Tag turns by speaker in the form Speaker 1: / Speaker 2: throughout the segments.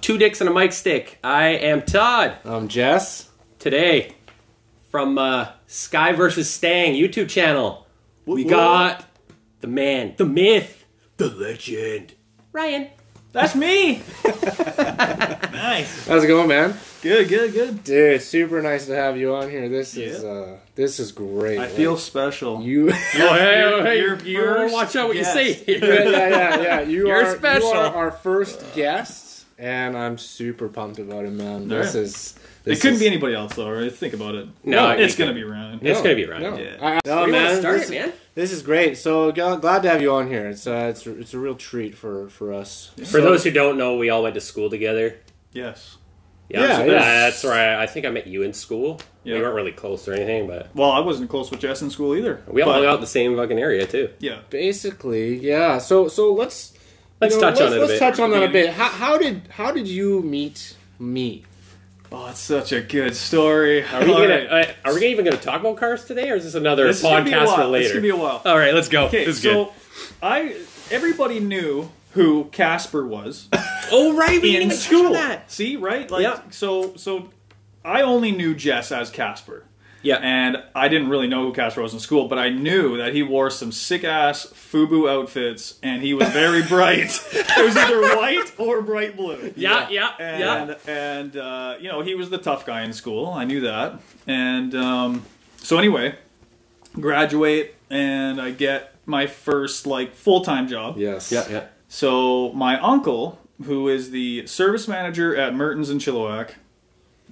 Speaker 1: Two Dicks and a Mic Stick. I am Todd.
Speaker 2: I'm Um, Jess.
Speaker 1: Today, from uh, Sky versus Stang YouTube channel, we got the man, the myth, the legend, Ryan.
Speaker 3: That's me. nice.
Speaker 2: How's it going, man?
Speaker 3: Good, good, good.
Speaker 2: Dude, super nice to have you on here. This is
Speaker 3: Yeah.
Speaker 2: uh this is great.
Speaker 3: I
Speaker 2: Like,
Speaker 3: feel special.
Speaker 2: you
Speaker 1: Oh, hey,
Speaker 3: you're-
Speaker 1: oh, hey,
Speaker 3: you're
Speaker 1: you
Speaker 3: first
Speaker 1: watch out what
Speaker 3: guest.
Speaker 1: you say.
Speaker 2: yeah, yeah, yeah, yeah. You
Speaker 1: You're
Speaker 2: are
Speaker 1: special.
Speaker 2: You are our first guest, and I'm super pumped about it, man. This
Speaker 3: Yeah.
Speaker 2: is this
Speaker 3: It couldn't
Speaker 2: is-
Speaker 3: be anybody else, though. Right? Think about it.
Speaker 1: No,
Speaker 3: it's
Speaker 1: you
Speaker 3: gonna be Ryan.
Speaker 1: It's gonna be Ryan.
Speaker 2: No,
Speaker 3: Yeah.
Speaker 2: I- I-
Speaker 1: Where
Speaker 2: no,
Speaker 1: do you wanna
Speaker 2: man,
Speaker 1: start,
Speaker 2: this,
Speaker 1: man?
Speaker 2: This is great. So gl- glad to have you on here. It's uh, it's it's a real treat for for us.
Speaker 1: For those who don't know, we all went to school together.
Speaker 3: Yes.
Speaker 1: Yeah,
Speaker 2: Yeah,
Speaker 1: so-
Speaker 2: it is.
Speaker 1: that's right. I think I met you in school. We
Speaker 3: Yeah.
Speaker 1: weren't really close or anything, but
Speaker 3: Well, I wasn't close with Jess in school either.
Speaker 1: we all
Speaker 3: but-
Speaker 1: hung out in the same fucking area too.
Speaker 3: Yeah.
Speaker 2: Basically, yeah. So so let's
Speaker 1: Let's
Speaker 2: you know,
Speaker 1: touch on it a
Speaker 2: let's
Speaker 1: bit.
Speaker 2: touch on that a bit. How, how did how did you meet me?
Speaker 3: Oh, it's such a good story.
Speaker 1: Are we, gonna, uh, are we even going to talk about cars today, or is this another
Speaker 3: This is gonna be a
Speaker 1: podcast
Speaker 3: while.
Speaker 1: for later?
Speaker 3: This is gonna be a while.
Speaker 1: All right, let's go.
Speaker 3: Okay,
Speaker 1: this is
Speaker 3: so
Speaker 1: good.
Speaker 3: I everybody knew who Casper was
Speaker 1: Oh right, we didn't
Speaker 3: in
Speaker 1: even touch on
Speaker 3: school.
Speaker 1: that.
Speaker 3: See, right? Like,
Speaker 1: Yeah.
Speaker 3: so, so I only knew Jess as Casper.
Speaker 1: Yeah,
Speaker 3: and I didn't really know who Castro was in school, but I knew that he wore some sick ass FUBU outfits, and he was very bright. it was either white or bright blue.
Speaker 1: yeah, yeah,
Speaker 3: And,
Speaker 1: yeah.
Speaker 3: and uh, you know he was the tough guy in school. I knew that. And um, so anyway, graduate, and I get my first like full time job.
Speaker 2: Yes.
Speaker 1: yeah, yeah.
Speaker 3: So my uncle, who is the service manager at Mertens in Chilliwack,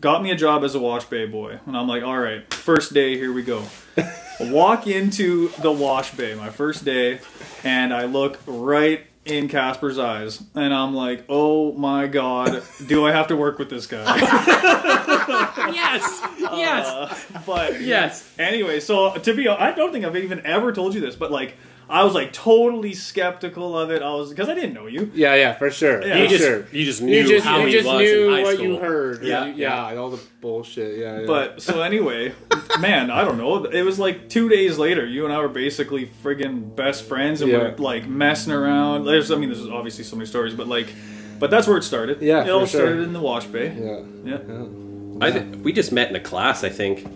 Speaker 3: got me a job as a wash bay boy, and I'm like, all right, first day, here we go. Walk into the wash bay, my first day, and I look right in Casper's eyes, and I'm like, oh my god, do I have to work with this guy? Uh,
Speaker 1: Yes, yes,
Speaker 3: but
Speaker 1: yes.
Speaker 3: Anyway, so to be, I don't think I've even ever told you this, but like, I was like totally skeptical of it. I was because I didn't know you.
Speaker 2: Yeah, yeah, for sure.
Speaker 3: Yeah.
Speaker 2: For
Speaker 1: You just
Speaker 2: sure.
Speaker 1: you just knew how
Speaker 2: you
Speaker 1: he
Speaker 2: just
Speaker 1: was
Speaker 2: knew
Speaker 1: in high
Speaker 2: what
Speaker 1: school.
Speaker 2: you heard.
Speaker 1: Yeah.
Speaker 2: Yeah, yeah, all the bullshit. Yeah, yeah.
Speaker 3: But so anyway, man, I don't know. It was like two days later. You and I were basically friggin' best friends, and
Speaker 2: Yeah.
Speaker 3: we're like messing around. There's, I mean, there's obviously so many stories, but like, but that's where it started.
Speaker 2: Yeah,
Speaker 3: it all
Speaker 2: for sure.
Speaker 3: started in the wash bay.
Speaker 2: yeah,
Speaker 3: Yeah.
Speaker 1: I th- we just met in a class, I think.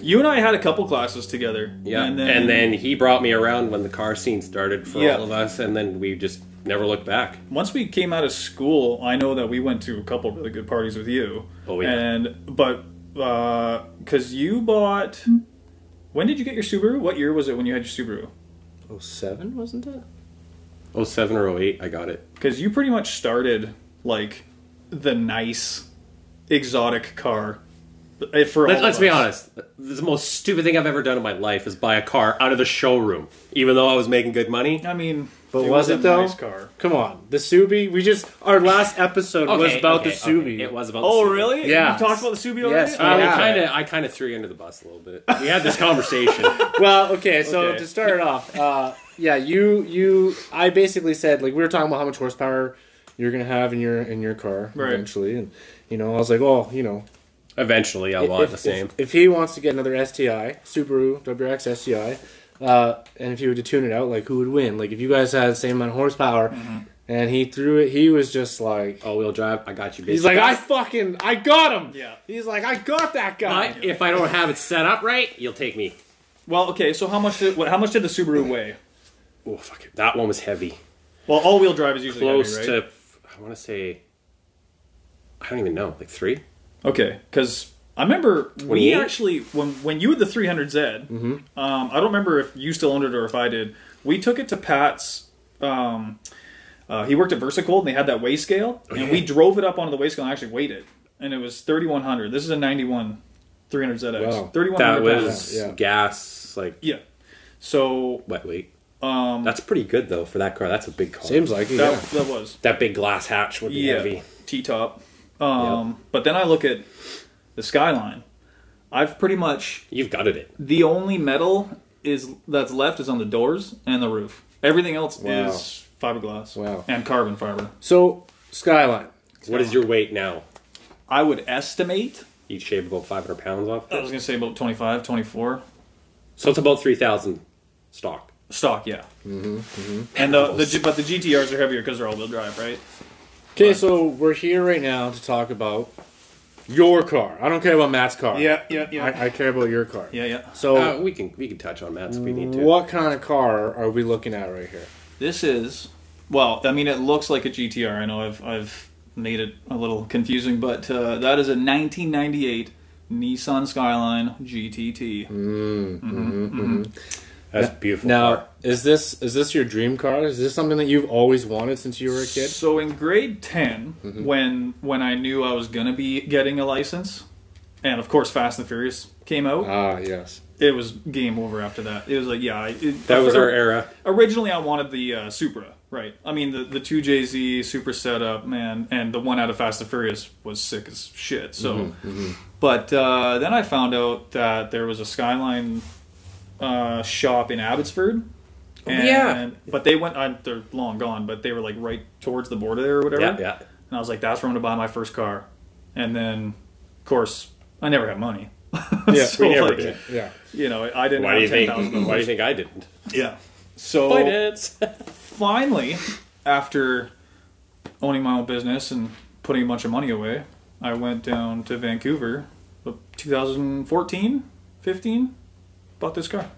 Speaker 3: you and I had a couple classes together.
Speaker 1: Yeah, and then, he brought me around when the car scene started for
Speaker 3: Yeah.
Speaker 1: all of us, and then we just never looked back.
Speaker 3: once we came out of school, I know that we went to a couple really good parties with you.
Speaker 1: Oh, yeah.
Speaker 3: And but because you bought, when did you get your Subaru? What year was it when you had your Subaru?
Speaker 2: oh seven wasn't it?
Speaker 1: Oh seven or 08, I got it.
Speaker 3: because you pretty much started like the nice exotic car eh, for all
Speaker 1: Let,
Speaker 3: of
Speaker 1: let's be
Speaker 3: us.
Speaker 1: honest. The most stupid thing I've ever done in my life is buy a car out of the showroom, even though I was making good money.
Speaker 3: i mean
Speaker 2: But was
Speaker 3: a
Speaker 2: it though?
Speaker 3: nice car
Speaker 2: Come on, the Subi. We just our last episode was
Speaker 1: Okay,
Speaker 2: about
Speaker 1: okay,
Speaker 2: the Subi.
Speaker 1: okay, It was about.
Speaker 3: oh
Speaker 1: the Subi.
Speaker 3: really
Speaker 2: Yeah.
Speaker 3: you talked about the subi already
Speaker 2: Yes,
Speaker 1: Uh,
Speaker 3: oh,
Speaker 1: we
Speaker 2: Yeah.
Speaker 1: kinda, I kind of threw you under the bus a little bit. We had this conversation.
Speaker 2: Well, okay. So
Speaker 3: Okay.
Speaker 2: to start it off, uh, yeah, you you I basically said like we were talking about how much horsepower you're gonna have in your in your car
Speaker 3: Right.
Speaker 2: eventually, and you know I was like, oh, you know,
Speaker 1: Eventually, I want the same.
Speaker 2: If, if he wants to get another STI, Subaru WRX STI, uh, and if you were to tune it out, like who would win? Like if you guys had the same amount of horsepower,
Speaker 3: Mm-hmm.
Speaker 2: and he threw it, he was just like,
Speaker 1: All-wheel drive. I got you. Bitch.
Speaker 2: he's like, I fucking, I got him.
Speaker 3: Yeah.
Speaker 2: He's like, I got that guy.
Speaker 1: But if I don't have it set up right, you'll take me.
Speaker 3: well okay so how much did what, how much did the subaru weigh
Speaker 1: Oh fuck it. That one was heavy.
Speaker 3: well all-wheel drive is usually
Speaker 1: Close
Speaker 3: heavy, right?
Speaker 1: to. I want to say. I don't even know. Like three.
Speaker 3: okay because i remember we
Speaker 1: 28?
Speaker 3: actually when when you had the 300z
Speaker 2: Mm-hmm.
Speaker 3: um, i don't remember if you still owned it or if i did we took it to pat's um, Uh, he worked at VersaCold and they had that weigh scale,
Speaker 2: Oh,
Speaker 3: and we drove it up onto the weigh scale and actually weighed it, and it was 3100. This is a 91 300ZX.
Speaker 2: Wow.
Speaker 3: 3100
Speaker 1: That
Speaker 3: pounds.
Speaker 1: was
Speaker 2: Yeah.
Speaker 1: gas. Like
Speaker 3: yeah. So
Speaker 1: wet weight.
Speaker 3: um,
Speaker 1: That's pretty good though for that car. That's a big car.
Speaker 2: Seems like it.
Speaker 3: that
Speaker 2: Yeah.
Speaker 3: that was
Speaker 1: that big glass hatch would be
Speaker 3: yeah
Speaker 1: heavy.
Speaker 3: T top. Um, But then I look at the skyline. I've pretty much
Speaker 1: You've gutted it.
Speaker 3: the only metal is that's left is on the doors and the roof. Everything else
Speaker 2: Wow.
Speaker 3: is fiberglass
Speaker 2: Wow.
Speaker 3: and carbon fiber.
Speaker 2: So Skyline.
Speaker 1: What is your weight now?
Speaker 3: I would estimate.
Speaker 1: You shaved about 500 pounds off.
Speaker 3: I was gonna say about 25, 24.
Speaker 1: So it's about 3,000 stock.
Speaker 2: mm-hmm.
Speaker 3: Stock, yeah. Mm-hmm, And the, the G- but the GTRs are heavier because they're all-wheel drive, right?
Speaker 2: Okay, so we're here right now to talk about your car. I don't care about Matt's car.
Speaker 3: Yeah, yeah, yeah.
Speaker 2: I, I care about your car.
Speaker 3: yeah, yeah.
Speaker 2: So,
Speaker 1: Uh, we can we can touch on Matt's if we need to.
Speaker 2: Oh. what kind of car are we looking at right here?
Speaker 3: This is well, I mean, it looks like a GTR. I know I've I've made it a little confusing, but uh, that is a 1998 Nissan Skyline GTT.
Speaker 1: That's beautiful.
Speaker 2: Now, is this is this your dream car? Is this something that you've always wanted since you were a kid?
Speaker 3: So in grade 10,
Speaker 1: Mm-hmm.
Speaker 3: when when I knew I was gonna be getting a license, and of course Fast and Furious came out,
Speaker 1: Uh-huh.
Speaker 2: Ah, yes.
Speaker 3: it was game over after that. It was like, yeah, I- it,
Speaker 1: that was our era.
Speaker 3: Originally, I wanted the uh, Supra, right? I mean, the the two JZ Supra setup, man, and the one out of Fast and Furious was sick as shit. So,
Speaker 1: Mm-hmm,
Speaker 3: but uh, then I found out that there was a Skyline uh, shop in Abbotsford. And,
Speaker 1: Oh, yeah.
Speaker 3: but they went. I, they're long gone, but they were like right towards the border there or whatever.
Speaker 1: Yeah, yeah.
Speaker 3: And I was like, that's where I'm gonna buy my first car. And then, of course, I never had money.
Speaker 2: Yeah,
Speaker 1: we never
Speaker 3: like,
Speaker 1: did.
Speaker 2: Yeah.
Speaker 3: You know, I didn't.
Speaker 1: Why do you
Speaker 3: have
Speaker 1: think?
Speaker 3: $10,000.
Speaker 1: Why do you think I didn't?
Speaker 3: Yeah.
Speaker 2: Oh.
Speaker 3: So
Speaker 1: Finance.
Speaker 3: finally, after owning my own business and putting a bunch of money away, I went down to Vancouver, uh, 2014, 15, bought this car.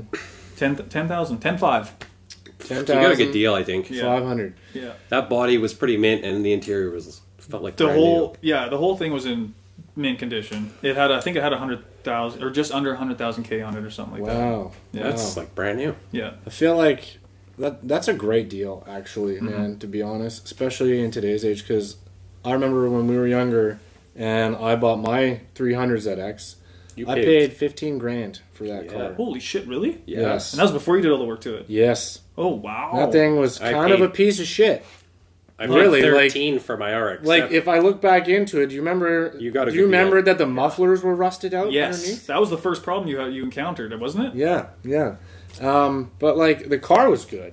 Speaker 3: Mm-hmm. 10,000, 10, 5.
Speaker 2: Ten
Speaker 1: you got a
Speaker 2: thousand
Speaker 1: good deal, I think.
Speaker 3: Yeah.
Speaker 2: five hundred.
Speaker 3: Yeah.
Speaker 1: That body was pretty mint, and the interior was felt like
Speaker 3: The
Speaker 1: brand
Speaker 3: whole,
Speaker 1: new.
Speaker 3: yeah, the whole thing was in mint condition. It had, I think it had 100,000 or just under 100,000 K on it or something like that.
Speaker 2: Wow.
Speaker 3: Yeah.
Speaker 2: Oh.
Speaker 1: That's like brand new.
Speaker 3: Yeah.
Speaker 2: I feel like that that's a great deal, actually,
Speaker 3: Mm-hmm.
Speaker 2: man. To be honest, especially in today's age, because I remember when we were younger, and I bought my 300 ZX.
Speaker 1: You
Speaker 2: I paid 15 grand for that
Speaker 1: Yeah.
Speaker 2: car.
Speaker 3: Holy shit, really?
Speaker 1: Yeah.
Speaker 2: Yes.
Speaker 3: And that was before you did all the work to it.
Speaker 2: Yes.
Speaker 3: Oh, wow.
Speaker 2: That thing was
Speaker 1: I
Speaker 2: kind of a
Speaker 1: paid-
Speaker 2: piece of shit.
Speaker 1: I paid
Speaker 2: Really, like-
Speaker 1: thirteen for my RX.
Speaker 2: Like if I look back into it, do you remember?
Speaker 1: You got a
Speaker 2: Do you
Speaker 1: good deal.
Speaker 2: remember that the mufflers were rusted out
Speaker 3: Yes,
Speaker 2: underneath?
Speaker 3: that was the first problem you had, you encountered, wasn't it?
Speaker 2: Yeah, yeah. Um, but like the car was good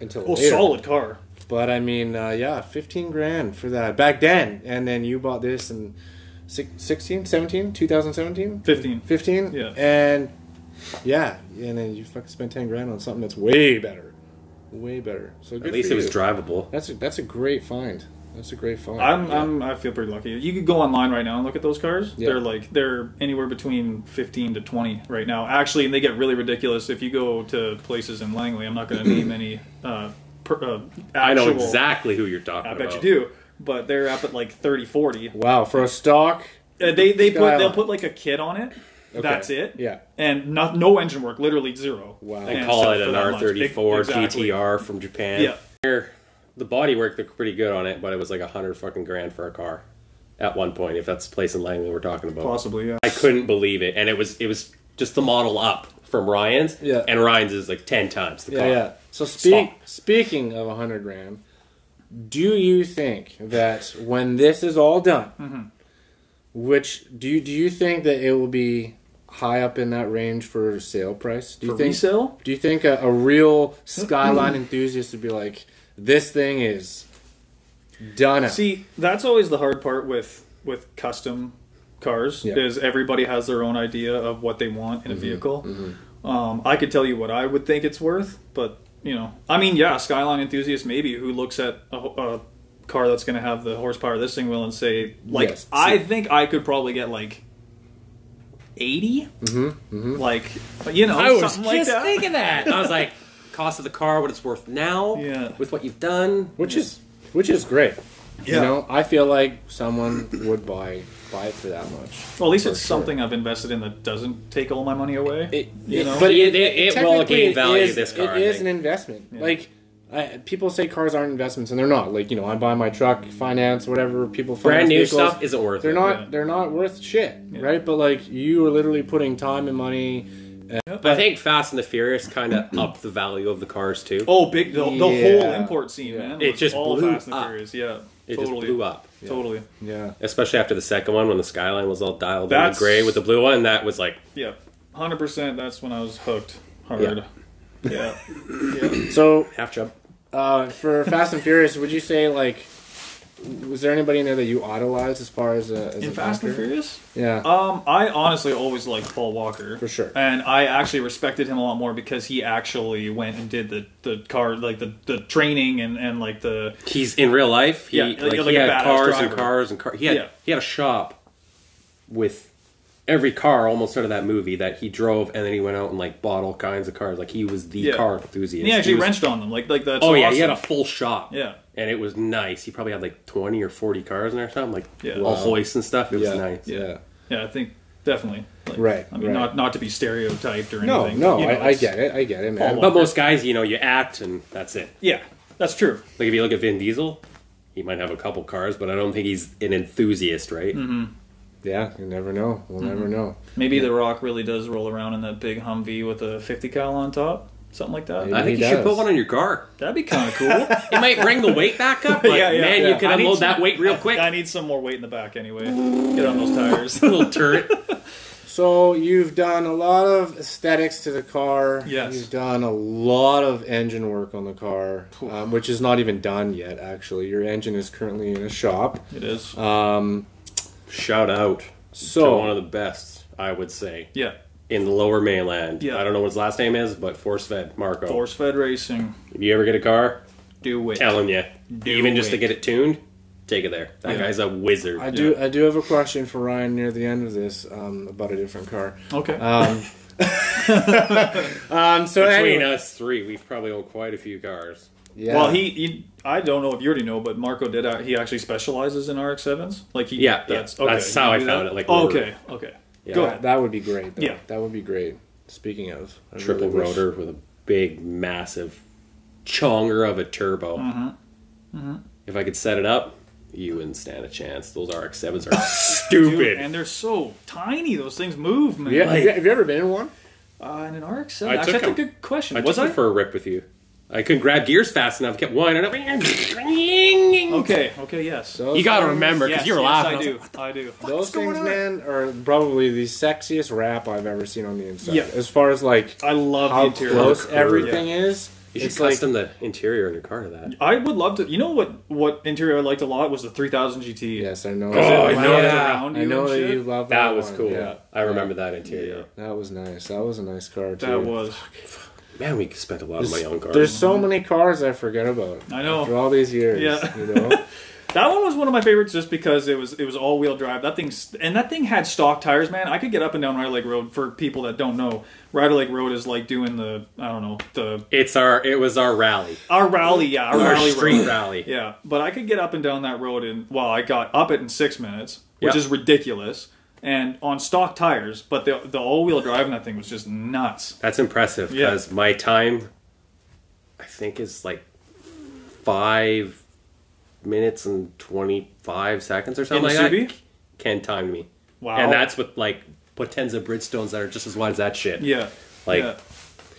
Speaker 2: until
Speaker 3: Well,
Speaker 2: later.
Speaker 3: Oh, solid car.
Speaker 2: But I mean, uh, yeah, fifteen grand for that back then, and then you bought this in six, 16, 17, 2017,
Speaker 3: 15.
Speaker 2: 15?
Speaker 3: Yeah.
Speaker 2: and yeah, and then you fucking spent ten grand on something that's way better, way better. So good
Speaker 1: at least
Speaker 2: for
Speaker 1: it was
Speaker 2: you.
Speaker 1: drivable.
Speaker 2: That's a, that's a great find. That's a great find.
Speaker 3: I'm, I'm, I feel pretty lucky. You could go online right now and look at those cars.
Speaker 2: Yeah.
Speaker 3: They're like they're anywhere between 15 to 20 right now. Actually, and they get really ridiculous if you go to places in Langley. I'm not going to name any. Uh, per, uh, actual,
Speaker 1: I know exactly who you're talking
Speaker 3: I
Speaker 1: about.
Speaker 3: bet you do. But they're up at like 30, 40.
Speaker 2: wow for a stock.
Speaker 3: Uh, they they put
Speaker 2: Skyline.
Speaker 3: they'll put like a kit on it. That's it.
Speaker 2: Yeah.
Speaker 3: And not no engine work, literally zero.
Speaker 2: Wow. They
Speaker 1: They
Speaker 3: And
Speaker 1: call
Speaker 3: so
Speaker 1: it
Speaker 3: for
Speaker 1: an
Speaker 3: that much-
Speaker 1: R34
Speaker 3: Exactly.
Speaker 1: GTR from Japan.
Speaker 3: Yeah.
Speaker 1: Here, The body work looked pretty good on it, but it was like a hundred fucking grand for a car at one point. If that's the place in Langley we're talking about,
Speaker 3: Possibly, yeah.
Speaker 1: I couldn't believe it, and it was it was just the model up from Ryan's.
Speaker 2: Yeah.
Speaker 1: and Ryan's is like ten times the
Speaker 2: Yeah,
Speaker 1: car.
Speaker 2: yeah. So speak,
Speaker 1: Stop.
Speaker 2: speaking of a hundred grand, do you think that when this is all done,
Speaker 3: Mm-hmm.
Speaker 2: which do you, do you think that it will be high up in that range for sale price? Do you
Speaker 3: For
Speaker 2: think
Speaker 3: resale?
Speaker 2: Do you think a, a real skyline enthusiast would be like, this thing is done? up."
Speaker 3: See, that's always the hard part with with custom cars
Speaker 2: Yeah. Mm-hmm.
Speaker 3: is everybody has their own idea of what they want in a vehicle. Um, I could tell you what I would think it's worth, but you know, I mean, yeah, Skyline enthusiast maybe who looks at a, ho- a car that's going to have the horsepower this thing will and say, like,
Speaker 2: Yes.
Speaker 3: I think I could probably get like. 80 mm-hmm, like you know something like that
Speaker 1: that. I was like, cost of the car, what it's worth now,
Speaker 3: Yeah.
Speaker 1: with what you've done.
Speaker 2: which is which is great. You
Speaker 3: Yeah.
Speaker 2: know, I feel like someone would buy buy it for that much.
Speaker 3: well at least
Speaker 2: For
Speaker 3: it's
Speaker 2: sure.
Speaker 3: something i've invested in that doesn't take all my money away
Speaker 1: It-
Speaker 3: you know
Speaker 1: But it- it- it will
Speaker 2: technically
Speaker 1: gain
Speaker 2: it
Speaker 1: value,
Speaker 2: is-
Speaker 1: this car, I
Speaker 2: It is
Speaker 1: think.
Speaker 2: an investment. Like I, people say, cars aren't investments, and they're not. Like you know, I buy my truck, finance, whatever. People
Speaker 1: brand
Speaker 2: finance
Speaker 1: new
Speaker 2: vehicles.
Speaker 1: stuff isn't worth
Speaker 2: They're
Speaker 1: it.
Speaker 2: not.
Speaker 3: yeah.
Speaker 2: They're not worth shit,
Speaker 3: Yeah.
Speaker 2: right? But like you are literally putting time and money.
Speaker 1: I think Fast and the Furious kind of upped the value of the cars too.
Speaker 3: Oh, big the, the
Speaker 2: Yeah.
Speaker 3: whole import scene,
Speaker 2: Yeah.
Speaker 3: man.
Speaker 1: It
Speaker 3: was
Speaker 1: just
Speaker 3: all
Speaker 1: blew
Speaker 3: Fast and
Speaker 1: up.
Speaker 3: Furious. Yeah,
Speaker 1: it
Speaker 3: totally
Speaker 1: just blew up.
Speaker 3: Totally.
Speaker 2: Yeah.
Speaker 1: especially after the second one when the skyline was all dialed in
Speaker 3: That's-
Speaker 1: gray with the blue one. That was like
Speaker 3: Yeah, hundred percent. That's when I was hooked hard. Yeah. yeah.
Speaker 2: So
Speaker 1: half chub.
Speaker 2: uh, for Fast and Furious, would you say like was there anybody in there that you idolized as far as a as
Speaker 3: In
Speaker 2: an
Speaker 3: Fast and
Speaker 2: actor?
Speaker 3: Furious?
Speaker 2: Yeah,
Speaker 3: Um, I honestly always liked Paul Walker
Speaker 2: For sure.
Speaker 3: and I actually respected him a lot more because he actually went and did the the car like the the training and and like the
Speaker 1: He's in real life. He,
Speaker 3: Yeah,
Speaker 1: like,
Speaker 3: like- like
Speaker 1: he
Speaker 3: a
Speaker 1: had
Speaker 3: badass
Speaker 1: cars and
Speaker 3: driver.
Speaker 1: cars and cars. He had
Speaker 3: Yeah.
Speaker 1: he had a shop with every car almost out of that movie that he drove, and then he went out and like bought all kinds of cars. Like he was the
Speaker 3: Yeah.
Speaker 1: car enthusiast.
Speaker 3: and he actually
Speaker 1: was-
Speaker 3: wrenched on them like like that's
Speaker 1: Oh yeah, he had a
Speaker 3: awesome.
Speaker 1: full shop.
Speaker 3: Yeah.
Speaker 1: and it was nice. He probably had like twenty or forty cars in there, or something like
Speaker 3: Yeah.
Speaker 1: all
Speaker 3: Wow.
Speaker 1: hoists and stuff. It
Speaker 2: yeah,
Speaker 1: was nice.
Speaker 2: yeah.
Speaker 3: yeah I think definitely Like,
Speaker 2: Right,
Speaker 3: I mean
Speaker 2: right.
Speaker 3: not not to be stereotyped or
Speaker 2: No,
Speaker 3: anything
Speaker 2: no,
Speaker 3: but, you know,
Speaker 2: I, I
Speaker 3: it's-
Speaker 2: get it, I get it, man.
Speaker 3: Paul
Speaker 1: But most guys, you know, you act and that's it.
Speaker 3: yeah that's true
Speaker 1: Like if you look at Vin Diesel, he might have a couple cars, but I don't think he's an enthusiast, right?
Speaker 3: Mm-hmm.
Speaker 2: yeah, you never know. We'll never know.
Speaker 3: maybe The Rock really does roll around in that big Humvee with a 50 cal on top something like that
Speaker 2: Maybe.
Speaker 1: I think
Speaker 2: He
Speaker 1: you should put
Speaker 2: does.
Speaker 1: one on your car.
Speaker 3: that'd be kind of cool
Speaker 1: It might bring the weight back up, but
Speaker 3: Yeah, yeah,
Speaker 1: man,
Speaker 2: yeah.
Speaker 1: you can
Speaker 3: I need
Speaker 1: unload
Speaker 3: some-
Speaker 1: that weight real quick.
Speaker 3: I need some more weight in the back anyway get on those tires
Speaker 1: little turret.
Speaker 2: So you've done a lot of aesthetics to the car.
Speaker 3: Yes.
Speaker 2: You've done a lot of engine work on the car, um, which is not even done yet. Actually, your engine is currently in a shop.
Speaker 3: it is
Speaker 2: Um,
Speaker 1: Shout out to one
Speaker 2: so
Speaker 1: of the best, I would say,
Speaker 3: yeah
Speaker 1: in the Lower Mainland.
Speaker 3: Yeah.
Speaker 1: I don't know what his last name is, but Forcefed Marco.
Speaker 3: force fed racing
Speaker 1: If you ever get a car,
Speaker 3: do it
Speaker 1: telling you,
Speaker 3: Do
Speaker 1: even just to
Speaker 3: it.
Speaker 1: get it tuned, take it there. That
Speaker 3: Yeah.
Speaker 1: guy's a wizard.
Speaker 2: I do I do have a question for Ryan near the end of this um, about a different car.
Speaker 3: okay
Speaker 2: Um, um, so
Speaker 1: Between
Speaker 2: anyway,
Speaker 1: us three, we've probably owned quite a few cars.
Speaker 2: yeah.
Speaker 3: Well, he, he, I don't know if you already know, but Marco did. uh, He actually specializes in RX sevens. Like he,
Speaker 1: Yeah, yeah. That's how
Speaker 3: you
Speaker 1: I
Speaker 3: knew
Speaker 1: found it, like,
Speaker 3: oh,
Speaker 1: we were-
Speaker 3: okay, okay,
Speaker 1: Yeah.
Speaker 3: go
Speaker 2: that,
Speaker 3: ahead.
Speaker 2: that would be great. Though.
Speaker 3: Yeah.
Speaker 2: that would be great. Speaking of I
Speaker 1: Triple
Speaker 2: really wish-
Speaker 1: rotor with a big, massive chonger of a turbo.
Speaker 3: Mm-hmm.
Speaker 1: If I could set it up, you wouldn't stand a chance. Those RX 7s are
Speaker 3: Dude,
Speaker 1: stupid.
Speaker 3: and they're so tiny. Those things move, man.
Speaker 2: Yeah,
Speaker 3: Like,
Speaker 2: have you- have you ever been in one?
Speaker 3: uh, and an RX
Speaker 1: I
Speaker 3: seven.
Speaker 1: took
Speaker 3: Actually, that's a
Speaker 1: him.
Speaker 3: good question.
Speaker 1: I
Speaker 3: was
Speaker 1: was
Speaker 3: I?
Speaker 1: took it for a rip with you. I couldn't grab gears fast enough. Kept winding up. You
Speaker 3: okay, okay, yes.
Speaker 2: Those
Speaker 1: gotta
Speaker 2: things-
Speaker 1: remember because
Speaker 3: yes,
Speaker 1: you were
Speaker 3: yes,
Speaker 1: laughing.
Speaker 3: I
Speaker 1: was
Speaker 3: do.
Speaker 1: like,
Speaker 3: I do.
Speaker 2: Those
Speaker 1: going
Speaker 2: things,
Speaker 1: on?
Speaker 2: man, are probably the sexiest wrap I've ever seen on the inside.
Speaker 3: Yeah.
Speaker 2: As far as like
Speaker 3: I love
Speaker 2: how
Speaker 3: the interior.
Speaker 2: close
Speaker 1: curve.
Speaker 2: everything is,
Speaker 1: You should
Speaker 2: it's like
Speaker 1: custom the interior on your car to that.
Speaker 3: I would love to. You know what? What interior I liked a lot was the 3000 GT.
Speaker 2: yes, I know.
Speaker 1: Oh, I
Speaker 2: I know,
Speaker 1: know
Speaker 3: Wound
Speaker 1: that.
Speaker 3: around you
Speaker 2: I know
Speaker 3: and
Speaker 2: that
Speaker 3: shit.
Speaker 2: you love that.
Speaker 1: That was
Speaker 2: one.
Speaker 1: cool.
Speaker 2: Yeah.
Speaker 1: I remember that interior.
Speaker 2: That was nice. That was a nice car too.
Speaker 3: That was.
Speaker 1: Man, we spent a lot of money on cars.
Speaker 2: There's so many cars I forget about.
Speaker 3: I know.
Speaker 2: After all these years,
Speaker 3: Yeah.
Speaker 2: you know.
Speaker 3: That one was one of my favorites just because it was it was all wheel drive. That thing's and that thing had stock tires, man. I could get up and down Rider Lake Road for people that don't know. Rider Lake Road is like doing the I don't know the
Speaker 1: it's our. It was our rally.
Speaker 3: our rally, yeah, our,
Speaker 1: Our
Speaker 3: rally
Speaker 1: street
Speaker 3: road.
Speaker 1: rally.
Speaker 3: Yeah, but I could get up and down that road in well, I got up it in six minutes, which
Speaker 1: Yeah.
Speaker 3: is ridiculous, and on stock tires. But the the all wheel drive in that thing was just nuts.
Speaker 1: That's impressive
Speaker 3: Yeah.
Speaker 1: because my time, I think, is like five minutes and twenty five seconds or something
Speaker 3: In
Speaker 1: like
Speaker 3: Subi?
Speaker 1: that. Ken timed me,
Speaker 3: Wow.
Speaker 1: and that's with like Potenza Bridgestones that are just as wide as that shit.
Speaker 3: yeah,
Speaker 1: Like-
Speaker 3: yeah.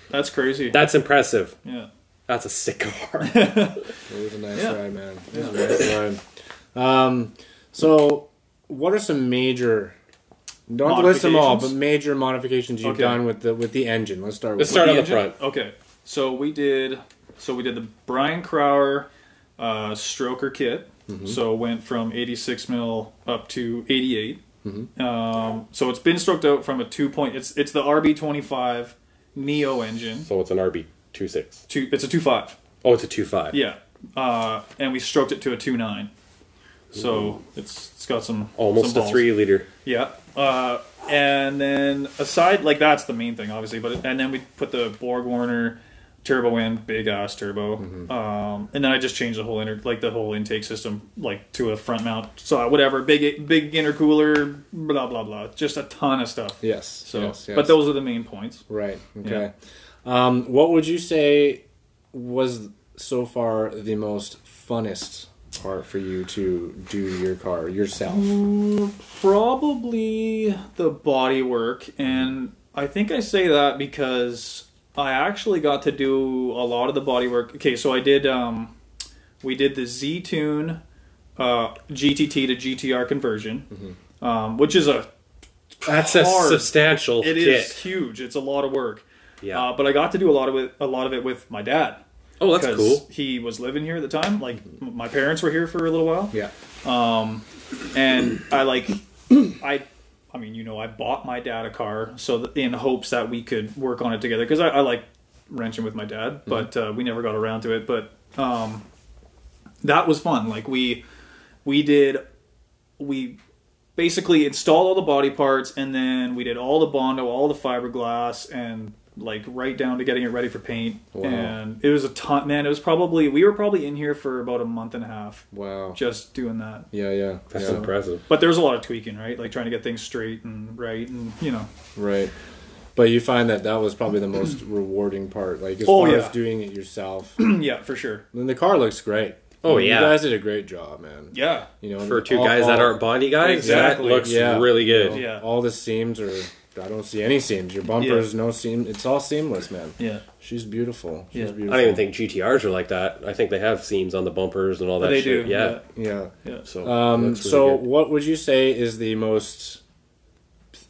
Speaker 3: that's crazy.
Speaker 1: That's impressive.
Speaker 3: yeah,
Speaker 1: That's a sick car.
Speaker 2: It was a nice
Speaker 3: Yeah.
Speaker 2: ride, man. It was a nice ride. Um, so, what are some major? Don't list them all, but
Speaker 3: Modifications?
Speaker 2: major modifications you've
Speaker 3: Okay.
Speaker 2: done with the with the engine. Let's start.
Speaker 1: Let's
Speaker 2: with
Speaker 1: start on the
Speaker 3: engine?
Speaker 1: front.
Speaker 3: Okay, so we did, so we did the Brian Crower uh, stroker kit.
Speaker 1: Mm-hmm.
Speaker 3: So it went from 86 mil up to 88.
Speaker 1: Mm-hmm.
Speaker 3: Um, so it's been stroked out from a two point. It's it's the RB25 Neo engine.
Speaker 1: So it's an RB two six.
Speaker 3: Two, it's a two five.
Speaker 1: Oh, it's a two five.
Speaker 3: Yeah, uh, and we stroked it to a two nine. So it's it's got some
Speaker 1: almost
Speaker 3: some
Speaker 1: a
Speaker 3: balls.
Speaker 1: three liter.
Speaker 3: Yeah. Uh, and then aside, like that's the main thing, obviously. But and then we put the Borg Warner turbo in, big ass turbo.
Speaker 2: Mm-hmm.
Speaker 3: Um, and then I just changed the whole inter, like the whole intake system, like to a front mount. So uh, whatever, big big intercooler, blah blah blah, just a ton of stuff.
Speaker 2: Yes.
Speaker 3: So,
Speaker 2: yes, yes.
Speaker 3: but those are the main points.
Speaker 2: Right. Okay. Um, what would you say was so far the most funnest part for you to do your car yourself?
Speaker 3: Mm. Probably the body work, and I think I say that because I actually got to do a lot of the body work. Okay, so I did. Um, we did the Z Tune uh, GTT to GTR conversion,
Speaker 1: Mm-hmm.
Speaker 3: um, which is a
Speaker 1: That's a
Speaker 3: Hard.
Speaker 1: substantial
Speaker 3: it
Speaker 1: kit.
Speaker 3: is huge. It's a lot of work.
Speaker 1: Yeah.
Speaker 3: Uh, but I got to do a lot of it. A lot of it with my dad.
Speaker 1: Oh, that's
Speaker 3: because
Speaker 1: cool. Mm-hmm.
Speaker 3: he was living here at the time. Like m- my parents were here for a little while,
Speaker 2: Yeah.
Speaker 3: and I like I. I mean, you know, I bought my dad a car so that in hopes that we could work on it together because I, I like wrenching with my dad, but uh, we never got around to it. But um, that was fun. Like we we did we basically installed all the body parts and then we did all the bondo, all the fiberglass, and like right down to getting it ready for paint.
Speaker 2: Wow.
Speaker 3: And it was a ton, man. It was probably we were probably in here for about a month and a half
Speaker 2: Wow.
Speaker 3: just doing that.
Speaker 2: yeah, yeah.
Speaker 1: That's
Speaker 2: yeah.
Speaker 1: impressive.
Speaker 3: But there's a lot of tweaking, right? Like trying to get things straight and right, and you know,
Speaker 2: Right. But you find that that was probably the most rewarding part, like as
Speaker 3: Oh,
Speaker 2: far
Speaker 3: yeah.
Speaker 2: as doing it yourself.
Speaker 3: yeah, for sure.
Speaker 2: then the car looks great.
Speaker 1: Oh,
Speaker 2: you
Speaker 1: yeah.
Speaker 2: guys did a great job, man.
Speaker 3: Yeah,
Speaker 2: You know,
Speaker 1: For two
Speaker 2: all-
Speaker 1: guys that
Speaker 2: all-
Speaker 1: aren't Bondi guys,
Speaker 3: Exactly.
Speaker 1: that looks
Speaker 2: Yeah.
Speaker 1: really good.
Speaker 2: you know,
Speaker 3: Yeah.
Speaker 2: all the seams are. I don't see any seams. Your bumpers, no seam. It's all seamless, man.
Speaker 3: yeah.
Speaker 2: She's beautiful. She's
Speaker 3: Yeah. I don't
Speaker 2: beautiful.
Speaker 1: I don't even think GTRs are like that. I think they have seams on the bumpers and all that
Speaker 3: they
Speaker 1: shit.
Speaker 3: do.
Speaker 1: Yeah.
Speaker 2: Yeah.
Speaker 3: yeah.
Speaker 1: So,
Speaker 2: Um,
Speaker 1: that's really
Speaker 2: so,
Speaker 1: good.
Speaker 2: what would you say is the most,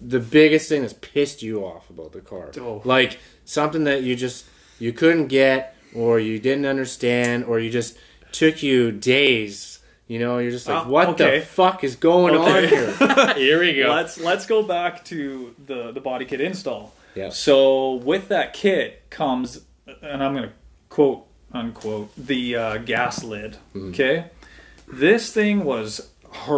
Speaker 2: the biggest thing that's pissed you off about the car?
Speaker 3: Oh.
Speaker 2: Like something that you just you couldn't get, or you didn't understand, or you just took you days. You know, you're just like,
Speaker 3: Ah,
Speaker 2: what
Speaker 3: okay.
Speaker 2: the fuck is going on
Speaker 3: Okay.
Speaker 2: here?
Speaker 1: here we go.
Speaker 3: Let's let's go back to the the body kit install.
Speaker 2: Yeah.
Speaker 3: So with that kit comes, and I'm gonna quote unquote the uh, gas lid.
Speaker 1: Mm-hmm.
Speaker 3: Okay. This thing was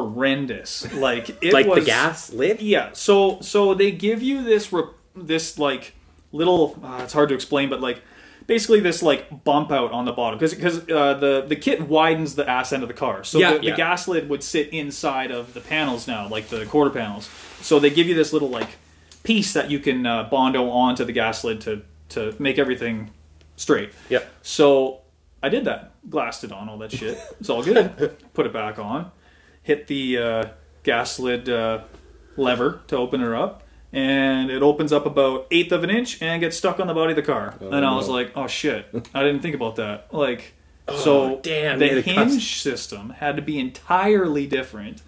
Speaker 3: horrendous. Like it
Speaker 1: like
Speaker 3: was,
Speaker 1: the gas lid?
Speaker 3: Yeah. So so they give you this re- this like little uh, it's hard to explain, but like basically this like bump out on the bottom because because uh, the the kit widens the ass end of the car, so
Speaker 1: Yeah,
Speaker 3: the,
Speaker 1: yeah.
Speaker 3: the gas lid would sit inside of the panels now, like the quarter panels. So they give you this little like piece that you can uh, bondo onto the gas lid to to make everything straight.
Speaker 1: Yeah.
Speaker 3: So I did that, glassed it on, all that shit. It's all good. Put it back on, hit the uh, gas lid uh, lever to open her up, and it opens up about eighth of an inch and gets stuck on the body of the car. and I was
Speaker 2: no.
Speaker 3: like, oh shit, I didn't think about that. Like, so
Speaker 1: Oh, damn,
Speaker 3: the
Speaker 1: yeah, the
Speaker 3: hinge
Speaker 1: cuts.
Speaker 3: system had to be entirely different.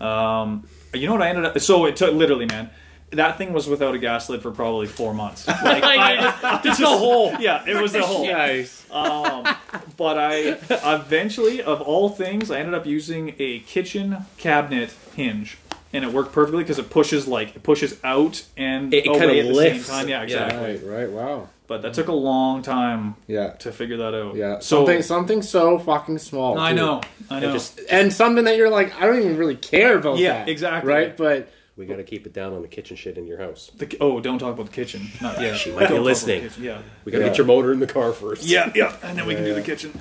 Speaker 3: Um, you know what I ended up? So it took literally, man. That thing was without a gas lid for probably four months. Like, I-
Speaker 1: Just a hole.
Speaker 3: yeah, it was a hole.
Speaker 2: Nice.
Speaker 3: But I eventually, of all things, I ended up using a kitchen cabinet hinge, and it worked perfectly because it pushes like it pushes out and
Speaker 1: It- it
Speaker 3: away
Speaker 1: kinda
Speaker 3: at the
Speaker 1: lifts.
Speaker 3: same time. Yeah,
Speaker 1: Yeah.
Speaker 3: exactly.
Speaker 2: Right. Right. Wow.
Speaker 3: But that took a long time
Speaker 2: Yeah.
Speaker 3: to figure that out.
Speaker 2: Yeah.
Speaker 3: So
Speaker 2: something. Something so fucking small.
Speaker 3: I
Speaker 2: too.
Speaker 3: know. I know.
Speaker 1: Just
Speaker 2: And something that you're like, I don't even really care about.
Speaker 3: Yeah,
Speaker 2: that,
Speaker 3: exactly.
Speaker 2: Right. But
Speaker 1: we got to keep it down on the kitchen shit in your house.
Speaker 3: the, oh, don't talk about the kitchen. Not yet.
Speaker 1: She might
Speaker 3: Don't
Speaker 1: be
Speaker 3: talk about the
Speaker 1: listening.
Speaker 3: kitchen. Yeah.
Speaker 1: We got to
Speaker 2: Yeah.
Speaker 1: get your motor in the car first.
Speaker 3: Yeah, yeah, and then we can do the kitchen.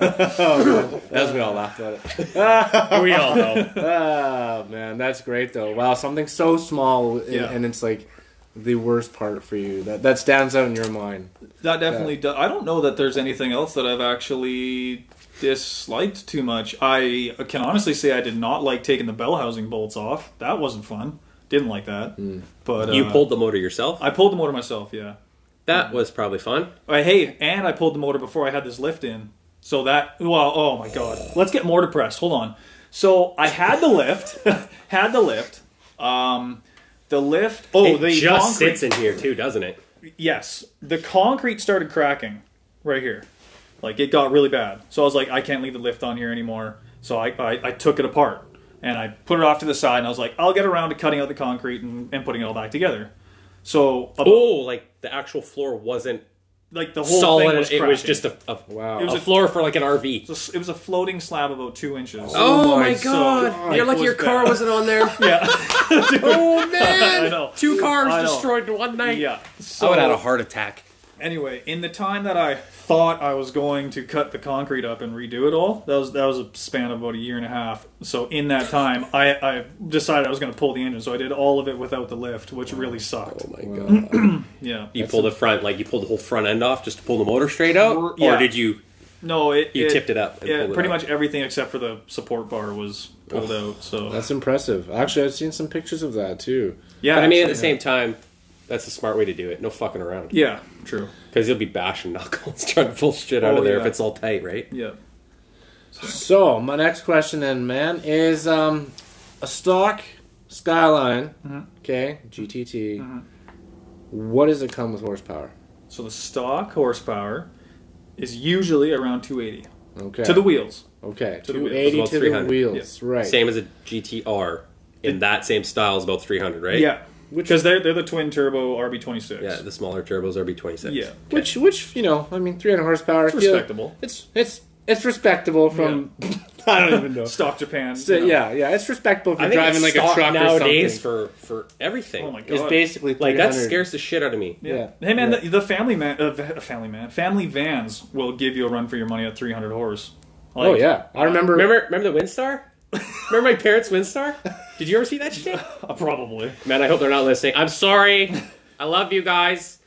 Speaker 2: as we all laughed at it.
Speaker 1: we all know.
Speaker 2: Oh man, that's great though. Wow, something so small and,
Speaker 3: Yeah.
Speaker 2: and it's like the worst part for you that that stands out in your mind.
Speaker 3: That definitely does. I don't know that there's anything else that I've actually disliked too much. I can honestly say I did not like taking the bell housing bolts off. That wasn't fun. Didn't like that. But uh,
Speaker 1: You pulled the motor yourself?
Speaker 3: I pulled the motor myself. Yeah.
Speaker 1: That was probably fun.
Speaker 3: Uh, hey, and I pulled the motor before I had this lift in. So that well, oh my god. Let's get more depressed. Hold on. So I had the lift. had the lift. Um, the lift. Oh,
Speaker 1: it
Speaker 3: the
Speaker 1: just
Speaker 3: concrete-
Speaker 1: sits in here too, doesn't it?
Speaker 3: Yes, the concrete started cracking right here. Like it got really bad. So I was like, I can't leave the lift on here anymore. So I, I, I took it apart and I put it off to the side and I was like, I'll get around to cutting out the concrete and, and putting it all back together. So about-
Speaker 1: Oh, like the actual floor wasn't
Speaker 3: like the whole
Speaker 1: solid.
Speaker 3: thing was
Speaker 1: it was
Speaker 3: cracking.
Speaker 1: just a, a
Speaker 2: Wow.
Speaker 1: It was
Speaker 3: a-
Speaker 1: a floor for like an RV.
Speaker 3: It was a- it was a floating slab about two inches.
Speaker 2: Oh my
Speaker 3: God.
Speaker 1: You're
Speaker 3: It
Speaker 1: lucky
Speaker 3: was
Speaker 1: your car
Speaker 3: bad.
Speaker 1: wasn't on there.
Speaker 3: Yeah,
Speaker 1: oh man!
Speaker 3: I know.
Speaker 1: Two cars
Speaker 3: I know.
Speaker 1: destroyed in one night.
Speaker 3: yeah.
Speaker 1: I
Speaker 3: So
Speaker 1: would have had a heart attack.
Speaker 3: anyway, in the time that I thought I was going to cut the concrete up and redo it all, that was that was a span of about a year and a half. So in that time, I, I decided I was going to pull the engine, so I did all of it without the lift, which really sucked.
Speaker 1: Oh my god.
Speaker 3: Yeah.
Speaker 1: You pulled the front, like you pulled the whole front end off just to pull the motor straight out,
Speaker 3: Yeah.
Speaker 1: or did you?
Speaker 3: No, it
Speaker 1: You tipped it up and
Speaker 3: Yeah,
Speaker 1: pulled it
Speaker 3: pretty
Speaker 1: up.
Speaker 3: much everything except for the support bar was pulled out. So
Speaker 2: That's impressive. Actually, I've seen some pictures of that too.
Speaker 3: yeah,
Speaker 1: But I mean, at
Speaker 3: actually,
Speaker 1: the same time, that's the smart way to do it. No fucking around,
Speaker 3: yeah, Yeah, true.
Speaker 1: because you'll be bashing knuckles trying to pull shit out
Speaker 3: Oh,
Speaker 1: of there
Speaker 3: yeah.
Speaker 1: if it's all tight, right?
Speaker 3: Yeah.
Speaker 2: So my next question then, man, is um, a stock Skyline,
Speaker 3: Mm-hmm.
Speaker 2: okay, GTT. What does it come with horsepower?
Speaker 3: So the stock horsepower is usually around 280
Speaker 2: Okay.
Speaker 3: to the wheels.
Speaker 2: okay.
Speaker 3: to the
Speaker 2: Two
Speaker 3: wheels.
Speaker 2: eighty
Speaker 1: Well,
Speaker 2: to the
Speaker 1: 300.
Speaker 2: wheels.
Speaker 3: Yes.
Speaker 2: Right.
Speaker 1: Same as a GTR in that same style is about 300, right?
Speaker 3: Yeah,
Speaker 2: Which-
Speaker 3: because they're they're the twin turbo RB26.
Speaker 1: Yeah, the smaller turbos are B26.
Speaker 3: Yeah.
Speaker 2: Which, which you know, I mean, three hundred horsepower. I feel-
Speaker 3: respectable.
Speaker 2: It's it's it's respectable from. I don't even know.
Speaker 3: Stock Japan.
Speaker 2: So,
Speaker 3: you know.
Speaker 2: yeah, yeah, it's respectable for
Speaker 1: I think
Speaker 2: driving
Speaker 1: it's
Speaker 2: like a
Speaker 1: stock
Speaker 2: truck
Speaker 1: nowadays
Speaker 2: or something.
Speaker 1: for for everything.
Speaker 3: Oh my god.
Speaker 2: it's basically
Speaker 1: Like that
Speaker 2: 300.
Speaker 1: scares the shit out of me.
Speaker 3: Yeah.
Speaker 2: Yeah.
Speaker 3: Hey man,
Speaker 2: Yeah.
Speaker 3: the, the family man, uh, va- family man, family vans will give you a run for your money at 300 horse. Like,
Speaker 2: Oh yeah, I remember.
Speaker 1: Remember remember the WinStar? remember my parents' WinStar? Did you ever see that shit?
Speaker 3: uh, probably.
Speaker 1: Man, I hope they're not listening. I'm sorry. I love you guys.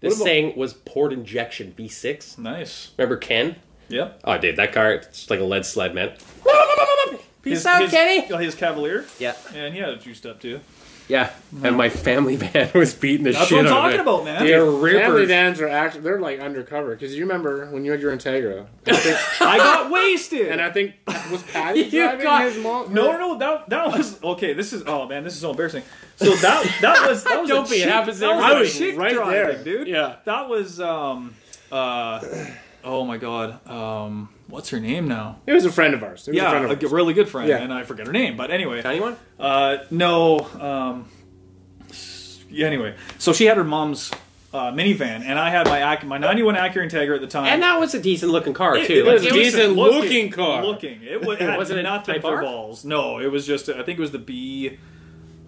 Speaker 1: This
Speaker 3: What about-
Speaker 1: thing was port injection V6.
Speaker 3: Nice.
Speaker 1: Remember Ken?
Speaker 3: Yep.
Speaker 1: Oh, dude, that car, it's like a lead sled, man. Peace
Speaker 3: His-
Speaker 1: out,
Speaker 3: his,
Speaker 1: Kenny.
Speaker 3: uh, His Cavalier.
Speaker 1: Yeah.
Speaker 3: And he had a juiced up too.
Speaker 1: Yeah. And my family van was beating the
Speaker 3: That's
Speaker 1: shit
Speaker 3: what I'm
Speaker 1: out
Speaker 3: talking
Speaker 1: of it.
Speaker 3: about, man.
Speaker 1: They're
Speaker 2: Family
Speaker 1: rippers.
Speaker 2: vans are actually they're like undercover because you remember when you had your Integra, I think-
Speaker 3: I got wasted.
Speaker 2: and I think was Patty
Speaker 1: You
Speaker 2: driving
Speaker 1: got-
Speaker 2: his mom.
Speaker 3: no, no, that that was okay. This is oh man, this is so embarrassing. So that that was that was
Speaker 1: Don't
Speaker 3: a
Speaker 1: be, it
Speaker 3: chick,
Speaker 1: happens
Speaker 3: that was
Speaker 1: every
Speaker 3: a
Speaker 1: week.
Speaker 3: chick
Speaker 2: Right
Speaker 3: driving,
Speaker 2: there.
Speaker 3: dude.
Speaker 2: Yeah.
Speaker 3: that was um uh oh my god um what's her name now?
Speaker 2: it was a friend of ours. It was a friend
Speaker 3: Yeah,
Speaker 2: of
Speaker 3: a
Speaker 2: ours.
Speaker 3: g- really good friend,
Speaker 2: Yeah.
Speaker 3: and I forget her name, but anyway,
Speaker 1: Tiny one?
Speaker 3: Uh, no. Um, yeah, anyway, so she had her mom's uh, minivan, and I had my Ac- my '91 Acura Integra at the time.
Speaker 1: And that was a decent looking car, too.
Speaker 2: was
Speaker 1: Like,
Speaker 2: a decent looking car.
Speaker 3: Looking, it, was, it
Speaker 1: Wasn't
Speaker 3: wasn't
Speaker 1: it
Speaker 3: nothing
Speaker 1: Type
Speaker 3: for
Speaker 1: R?
Speaker 3: balls. No, it was just I think it was the B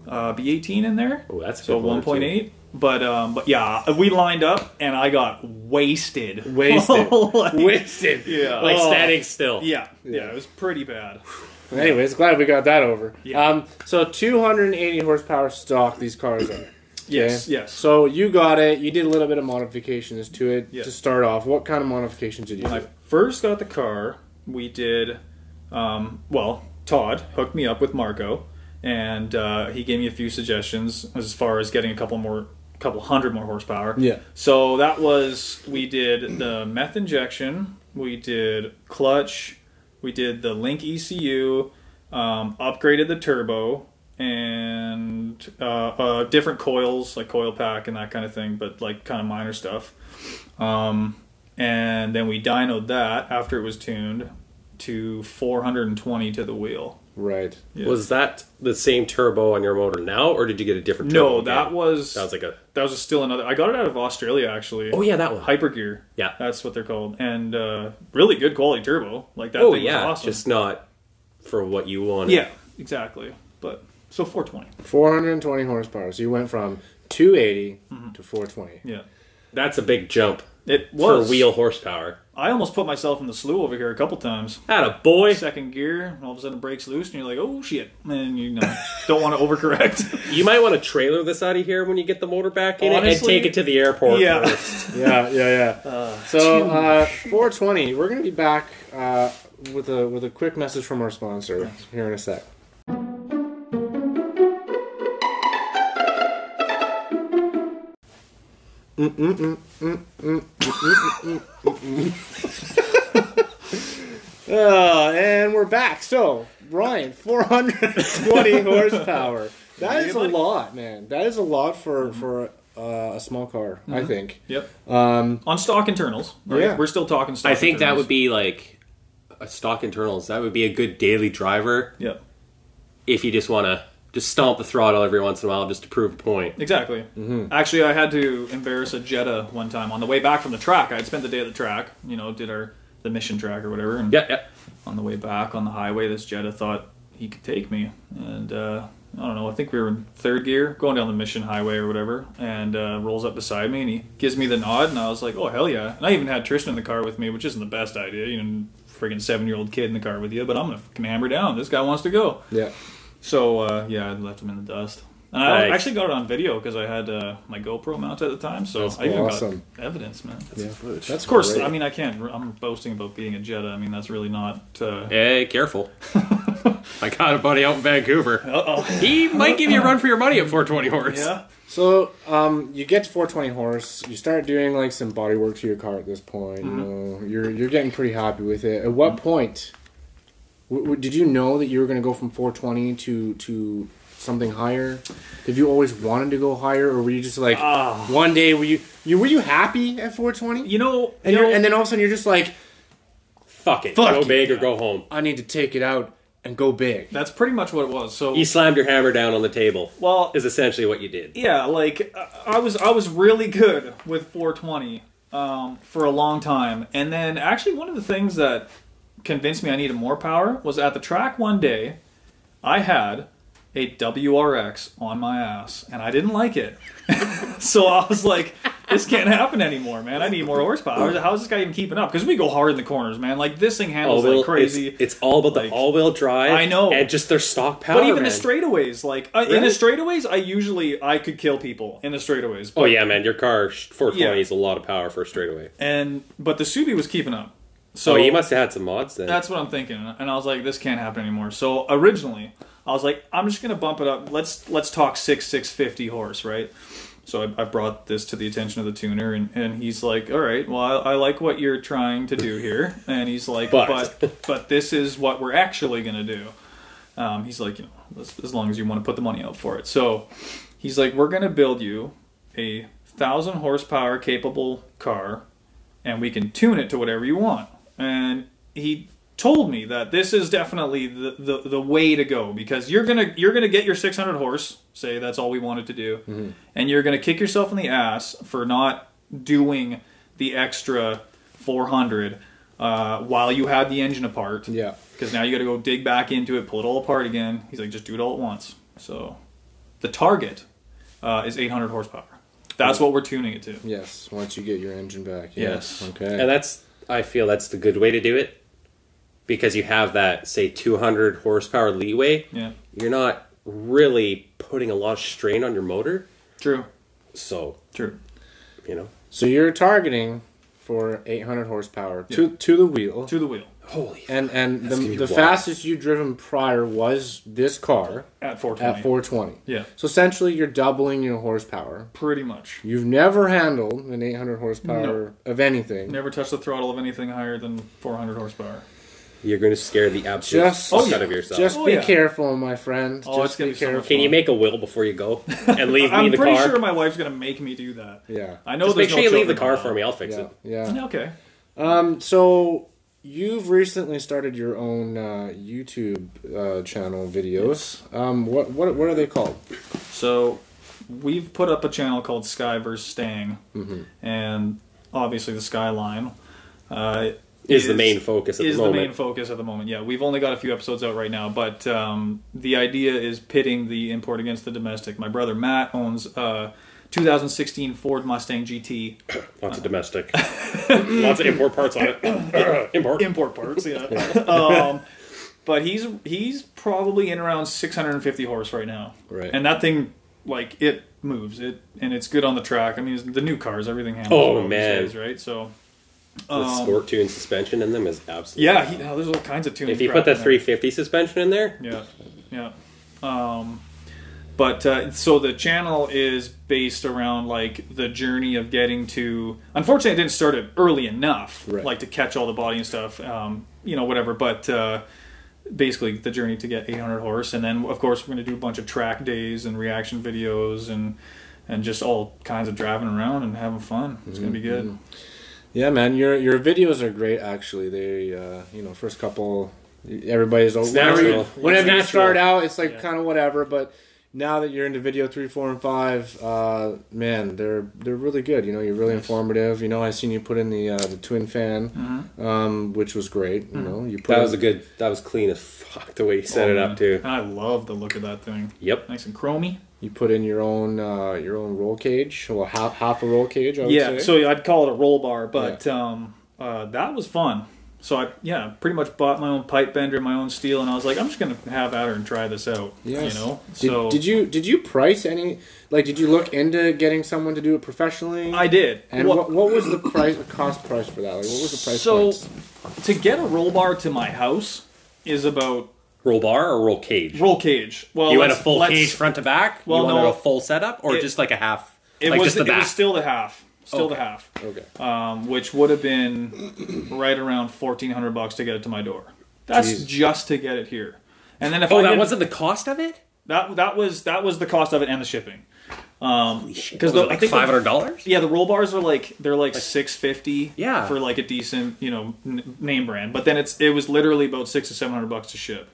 Speaker 3: uh, B18 in there.
Speaker 1: Oh, that's a
Speaker 3: so
Speaker 1: good motor,
Speaker 3: 1.8. But um, but yeah, we lined up, and I got wasted.
Speaker 2: Wasted.
Speaker 3: Like-
Speaker 2: Wasted.
Speaker 3: Yeah.
Speaker 1: like
Speaker 3: Oh.
Speaker 1: standing still.
Speaker 3: Yeah, yeah, it was pretty bad.
Speaker 2: Anyways, glad we got that over.
Speaker 3: Yeah.
Speaker 2: Um, so 280 horsepower stock these cars are.
Speaker 3: Yes,
Speaker 2: Okay?
Speaker 3: yes.
Speaker 2: So you got it. You did a little bit of modifications to it
Speaker 3: Yeah.
Speaker 2: to start off. What kind of modifications did you
Speaker 3: when I
Speaker 2: do?
Speaker 3: first got the car, we did, um, well, Todd hooked me up with Marco, and uh, he gave me a few suggestions as far as getting a couple more, couple hundred more horsepower.
Speaker 2: Yeah.
Speaker 3: So that was we did the meth injection, we did clutch, we did the link ECU, um, upgraded the turbo. And uh, uh, different coils, like coil pack and that kind of thing, but like kind of minor stuff. Um, and then we dynoed that after it was tuned to 420 to the wheel.
Speaker 2: Right.
Speaker 3: Yeah.
Speaker 1: Was that the same turbo on your motor now, or did you get a different turbo?
Speaker 3: no, that
Speaker 1: again?
Speaker 3: was
Speaker 1: That was like a.
Speaker 3: that was still another. I got it out of Australia actually.
Speaker 1: Oh, yeah, that one.
Speaker 3: Hypergear.
Speaker 1: Yeah.
Speaker 3: that's what they're called, and uh, really good quality turbo. Like that
Speaker 1: Oh,
Speaker 3: thing
Speaker 1: yeah.
Speaker 3: was awesome.
Speaker 1: Just not for what you wanted.
Speaker 3: yeah, exactly. But so 420.
Speaker 2: 420 horsepower. So you went from 280 to 420.
Speaker 3: Yeah,
Speaker 1: That's a big jump
Speaker 3: it
Speaker 1: for
Speaker 3: was
Speaker 1: wheel horsepower.
Speaker 3: I almost put myself in the slough over here a couple times.
Speaker 1: Atta Ah, boy.
Speaker 3: Second gear, and all of a sudden it breaks loose, and you're like, "Oh shit!" And you know, don't want to overcorrect.
Speaker 1: You might want to trailer this out of here when you get the motor back in it and
Speaker 3: Honestly,
Speaker 1: take it to the airport.
Speaker 3: yeah,
Speaker 1: first.
Speaker 2: yeah, yeah, yeah. so uh, 420. We're gonna be back uh, with a with a quick message from our sponsor here in a sec. Uh, Uh, and we're back. So, Ryan, 420 horsepow. That is a
Speaker 3: buddy.
Speaker 2: lot, man. That is a lot for for uh, a small car, I think.
Speaker 3: yep.
Speaker 2: Um,
Speaker 3: on stock internals. Right?
Speaker 2: Yeah.
Speaker 3: We're still talking stock.
Speaker 1: I think that
Speaker 3: internals.
Speaker 1: would be like a stock internals. That would be a good daily driver
Speaker 3: Yeah,
Speaker 1: if you just want to just stomp the throttle every once in a while just to prove a point.
Speaker 3: exactly.
Speaker 2: Mm-hmm.
Speaker 3: Actually, I had to embarrass a Jetta one time on the way back from the track. I had spent the day at the track, you know, did our the mission track or whatever. And
Speaker 1: Yeah, yeah.
Speaker 3: on the way back on the highway, this Jetta thought he could take me, and uh, I don't know. I think we were in third gear, going down the mission highway or whatever, and uh, rolls up beside me and he gives me the nod, and I was like, "Oh hell yeah!" And I even had Tristan in the car with me, which isn't the best idea, you know. Friggin' seven year old kid in the car with you, but I'm gonna fucking hammer down. This guy wants to go.
Speaker 2: yeah.
Speaker 3: So uh, yeah, I left him in the dust. And I
Speaker 1: Nice.
Speaker 3: actually got it on video because I had uh, my GoPro mounted at the time, so I even
Speaker 2: awesome.
Speaker 3: got evidence, man.
Speaker 2: Yeah. That's
Speaker 3: Of course,
Speaker 2: great.
Speaker 3: I mean I can't. I'm boasting about being a Jetta. I mean that's really not. Uh,
Speaker 1: Hey, careful. I got a buddy out in Vancouver. Uh-oh. He might give you a run for your money at 420 horse.
Speaker 3: yeah.
Speaker 2: So, um, you get to 420 horse. You start doing like some body work to your car at this point.
Speaker 3: Mm-hmm.
Speaker 2: You know, you're you're getting pretty happy with it. At what point w- w- did you know that you were going to go from 420 to to something higher? Have you always wanted to go higher, or were you just like
Speaker 3: Ah.
Speaker 2: one day were you you were you happy at 420?
Speaker 3: You know,
Speaker 2: and
Speaker 3: you
Speaker 2: you're,
Speaker 3: know-
Speaker 2: and then all of a sudden you're just like,
Speaker 1: Fuck it.
Speaker 3: Fuck
Speaker 1: go
Speaker 3: it.
Speaker 1: big or go home.
Speaker 2: I need to take it out and go big.
Speaker 3: that's pretty much what it was. So
Speaker 1: You slammed your hammer down on the table.
Speaker 3: well,
Speaker 1: Is essentially what you did.
Speaker 3: yeah, like I- I was I was really good with 420 um, for a long time, and then actually one of the things that convinced me I needed more power was at the track one day, I had a WRX on my ass, and I didn't like it, so I was like. This can't happen anymore, man. I need more horsepower. How is this guy even keeping up? Because we go hard in the corners, man. Like this thing handles
Speaker 1: All-wheel-
Speaker 3: like crazy.
Speaker 1: Oh, It's, it's all about
Speaker 3: Like-
Speaker 1: the all-wheel drive.
Speaker 3: I know.
Speaker 1: and just their stock power.
Speaker 3: But even
Speaker 1: man.
Speaker 3: the straightaways, like I in
Speaker 1: Really?
Speaker 3: the straightaways, I usually I could kill people in the straightaways. But,
Speaker 1: Oh yeah, man, your car sh- 420
Speaker 3: Yeah.
Speaker 1: is a lot of power for a straightaway.
Speaker 3: And but the Subi was keeping up,
Speaker 1: So
Speaker 3: so
Speaker 1: oh, you must have had some mods then.
Speaker 3: that's what I'm thinking. And I was like, this can't happen anymore. So originally, I was like, I'm just gonna bump it up. Let's let's talk six six fifty horse, right? So I, I brought this to the attention of the tuner, and, and he's like, "All right, well, I, I like what you're trying to do here." And he's like,
Speaker 1: But.
Speaker 3: "But but, this is what we're actually gonna do." Um, he's like, "You know, as, as long as you want to put the money out for it." So he's like, "We're gonna build you a thousand horsepower capable car, and we can tune it to whatever you want." And he told me that this is definitely the, the, the way to go because you're gonna you're gonna get your 600 horse say that's all we wanted to do and you're gonna kick yourself in the ass for not doing the extra 400 uh, while you had the engine apart
Speaker 2: Yeah.
Speaker 3: because now you got to go dig back into it pull it all apart again he's like just do it all at once so the target uh, is 800 horsepower that's what we're tuning it to
Speaker 2: Yes. Once you get your engine back.
Speaker 3: Yes.
Speaker 2: Okay.
Speaker 1: and that's I feel that's the good way to do it because you have that say 200 horsepower leeway.
Speaker 3: yeah
Speaker 1: You're not really putting a lot of strain on your motor,
Speaker 3: true
Speaker 1: so
Speaker 3: true
Speaker 1: you know.
Speaker 2: so you're targeting for 800 horsepower to to the wheel.
Speaker 3: to the wheel
Speaker 1: Holy
Speaker 2: and and the,
Speaker 1: gonna be
Speaker 2: the
Speaker 1: wild.
Speaker 2: fastest you driven prior was this car
Speaker 3: at 420
Speaker 2: at 420.
Speaker 3: yeah
Speaker 2: So essentially, you're doubling your horsepower.
Speaker 3: pretty much
Speaker 2: You've never handled an 800 horsepower of anything.
Speaker 3: Never touch the throttle of anything higher than 400 horsepower.
Speaker 1: You're going to scare the absolute
Speaker 2: Just,
Speaker 1: fuck
Speaker 3: Oh, yeah.
Speaker 1: out of yourself.
Speaker 2: just
Speaker 3: Oh,
Speaker 2: be
Speaker 3: yeah.
Speaker 2: careful, my friend.
Speaker 3: Oh, it's
Speaker 2: just
Speaker 3: gonna
Speaker 2: be
Speaker 3: be so much
Speaker 2: careful.
Speaker 1: Can you make a will before you go and leave me
Speaker 3: I'm
Speaker 1: the
Speaker 3: pretty
Speaker 1: car?
Speaker 3: sure my wife's gonna make me do that.
Speaker 2: yeah.
Speaker 3: I know.
Speaker 1: Just make
Speaker 3: there's
Speaker 1: sure
Speaker 3: no
Speaker 1: you leave the
Speaker 3: children
Speaker 1: car
Speaker 3: involved.
Speaker 1: for me. I'll fix
Speaker 2: Yeah.
Speaker 1: it.
Speaker 2: Yeah.
Speaker 3: Yeah, Okay.
Speaker 2: Um. So you've recently started your own uh, YouTube uh, channel videos. Um. What what what are they called?
Speaker 3: So we've put up a channel called Sky vs. Stang,
Speaker 1: Mm-hmm.
Speaker 3: and obviously the Skyline uh,
Speaker 1: Is, the main focus at
Speaker 3: is
Speaker 1: the
Speaker 3: the
Speaker 1: moment.
Speaker 3: main focus at the moment. Yeah, we've only got a few episodes out right now, but um, the idea is pitting the import against the domestic. My brother Matt owns a 2016 Ford Mustang GT.
Speaker 1: Lots of domestic. Lots of import parts on it. import.
Speaker 3: import parts. Yeah. um, but he's he's probably in around 650 horse right now.
Speaker 2: Right.
Speaker 3: And that thing, like it moves it, and it's good on the track. I mean, it's- the new cars, everything handles.
Speaker 1: Oh,
Speaker 3: well these
Speaker 1: man.
Speaker 3: days, right? So.
Speaker 1: With
Speaker 3: um,
Speaker 1: sport tune suspension in them is absolutely.
Speaker 3: yeah, he, oh, there's all kinds of tuning.
Speaker 1: if you put
Speaker 3: crap
Speaker 1: that
Speaker 3: in there.
Speaker 1: 350 suspension in there,
Speaker 3: Yeah, yeah. Um, but uh, so the channel is based around like the journey of getting to. Unfortunately, I didn't start it early enough,
Speaker 2: Right.
Speaker 3: like to catch all the body and stuff. Um, you know, whatever. But uh, basically, the journey to get 800 horse, and then of course we're going to do a bunch of track days and reaction videos and and just all kinds of driving around and having fun. It's going to be
Speaker 1: Mm-hmm.
Speaker 3: good.
Speaker 2: Yeah, man, your your videos are great. Actually, they uh, you know first couple, everybody's always whenever, you,
Speaker 1: natural.
Speaker 2: whenever
Speaker 1: It's
Speaker 2: you
Speaker 1: natural.
Speaker 2: start out, it's like
Speaker 3: Yeah.
Speaker 2: kind of whatever. But now that you're into video three, four, and five, uh, man, they're they're really good. You know, you're really informative. You know, I seen you put in the uh, the twin fan,
Speaker 3: Mm-hmm.
Speaker 2: um, which was great. You know, you put
Speaker 1: that was a
Speaker 2: in-
Speaker 1: good. That was clean as fuck the way you set
Speaker 3: Oh,
Speaker 1: it
Speaker 3: man.
Speaker 1: up too.
Speaker 3: And I love the look of that thing.
Speaker 1: Yep.
Speaker 3: Nice and chromy.
Speaker 2: you put in your own uh, your own roll cage, well half half a roll cage. I would say.
Speaker 3: yeah so i'd call it a roll bar but um, uh, that was fun so i yeah pretty much bought my own pipe bender my own steel and i was like i'm just gonna have at her and try this out
Speaker 2: Yes.
Speaker 3: you know
Speaker 2: Did,
Speaker 3: so
Speaker 2: did you did you price any like did you look into getting someone to do it professionally?
Speaker 3: i did
Speaker 2: And
Speaker 3: Well,
Speaker 2: what, what was the price cost price for that? Like, what was the price?
Speaker 3: so
Speaker 2: points?
Speaker 3: to get a roll bar to my house is about
Speaker 1: Roll bar or roll cage?
Speaker 3: roll cage well
Speaker 1: you want a
Speaker 3: let's-
Speaker 1: full
Speaker 3: let's-
Speaker 1: cage front to back?
Speaker 3: Well,
Speaker 1: you wanted
Speaker 3: no.
Speaker 1: a full setup or
Speaker 3: It-
Speaker 1: just like a half?
Speaker 3: it
Speaker 1: like
Speaker 3: was
Speaker 1: just the
Speaker 3: it
Speaker 1: back.
Speaker 3: was still the half still the half
Speaker 2: okay,
Speaker 3: um, which would have been right around 1400 bucks to get it to my door that's
Speaker 2: Jeez.
Speaker 3: just to get it here and then if
Speaker 1: oh,
Speaker 3: I
Speaker 1: that
Speaker 3: didn't-
Speaker 1: wasn't the cost of it.
Speaker 3: That that was that was the cost of it and the shipping. Um, because
Speaker 1: Was it like five hundred dollars?
Speaker 3: Yeah, the roll bars are like they're like, six fifty.
Speaker 1: Yeah.
Speaker 3: for like a decent you know n- name brand, but then it's it was literally about six to seven hundred bucks to ship.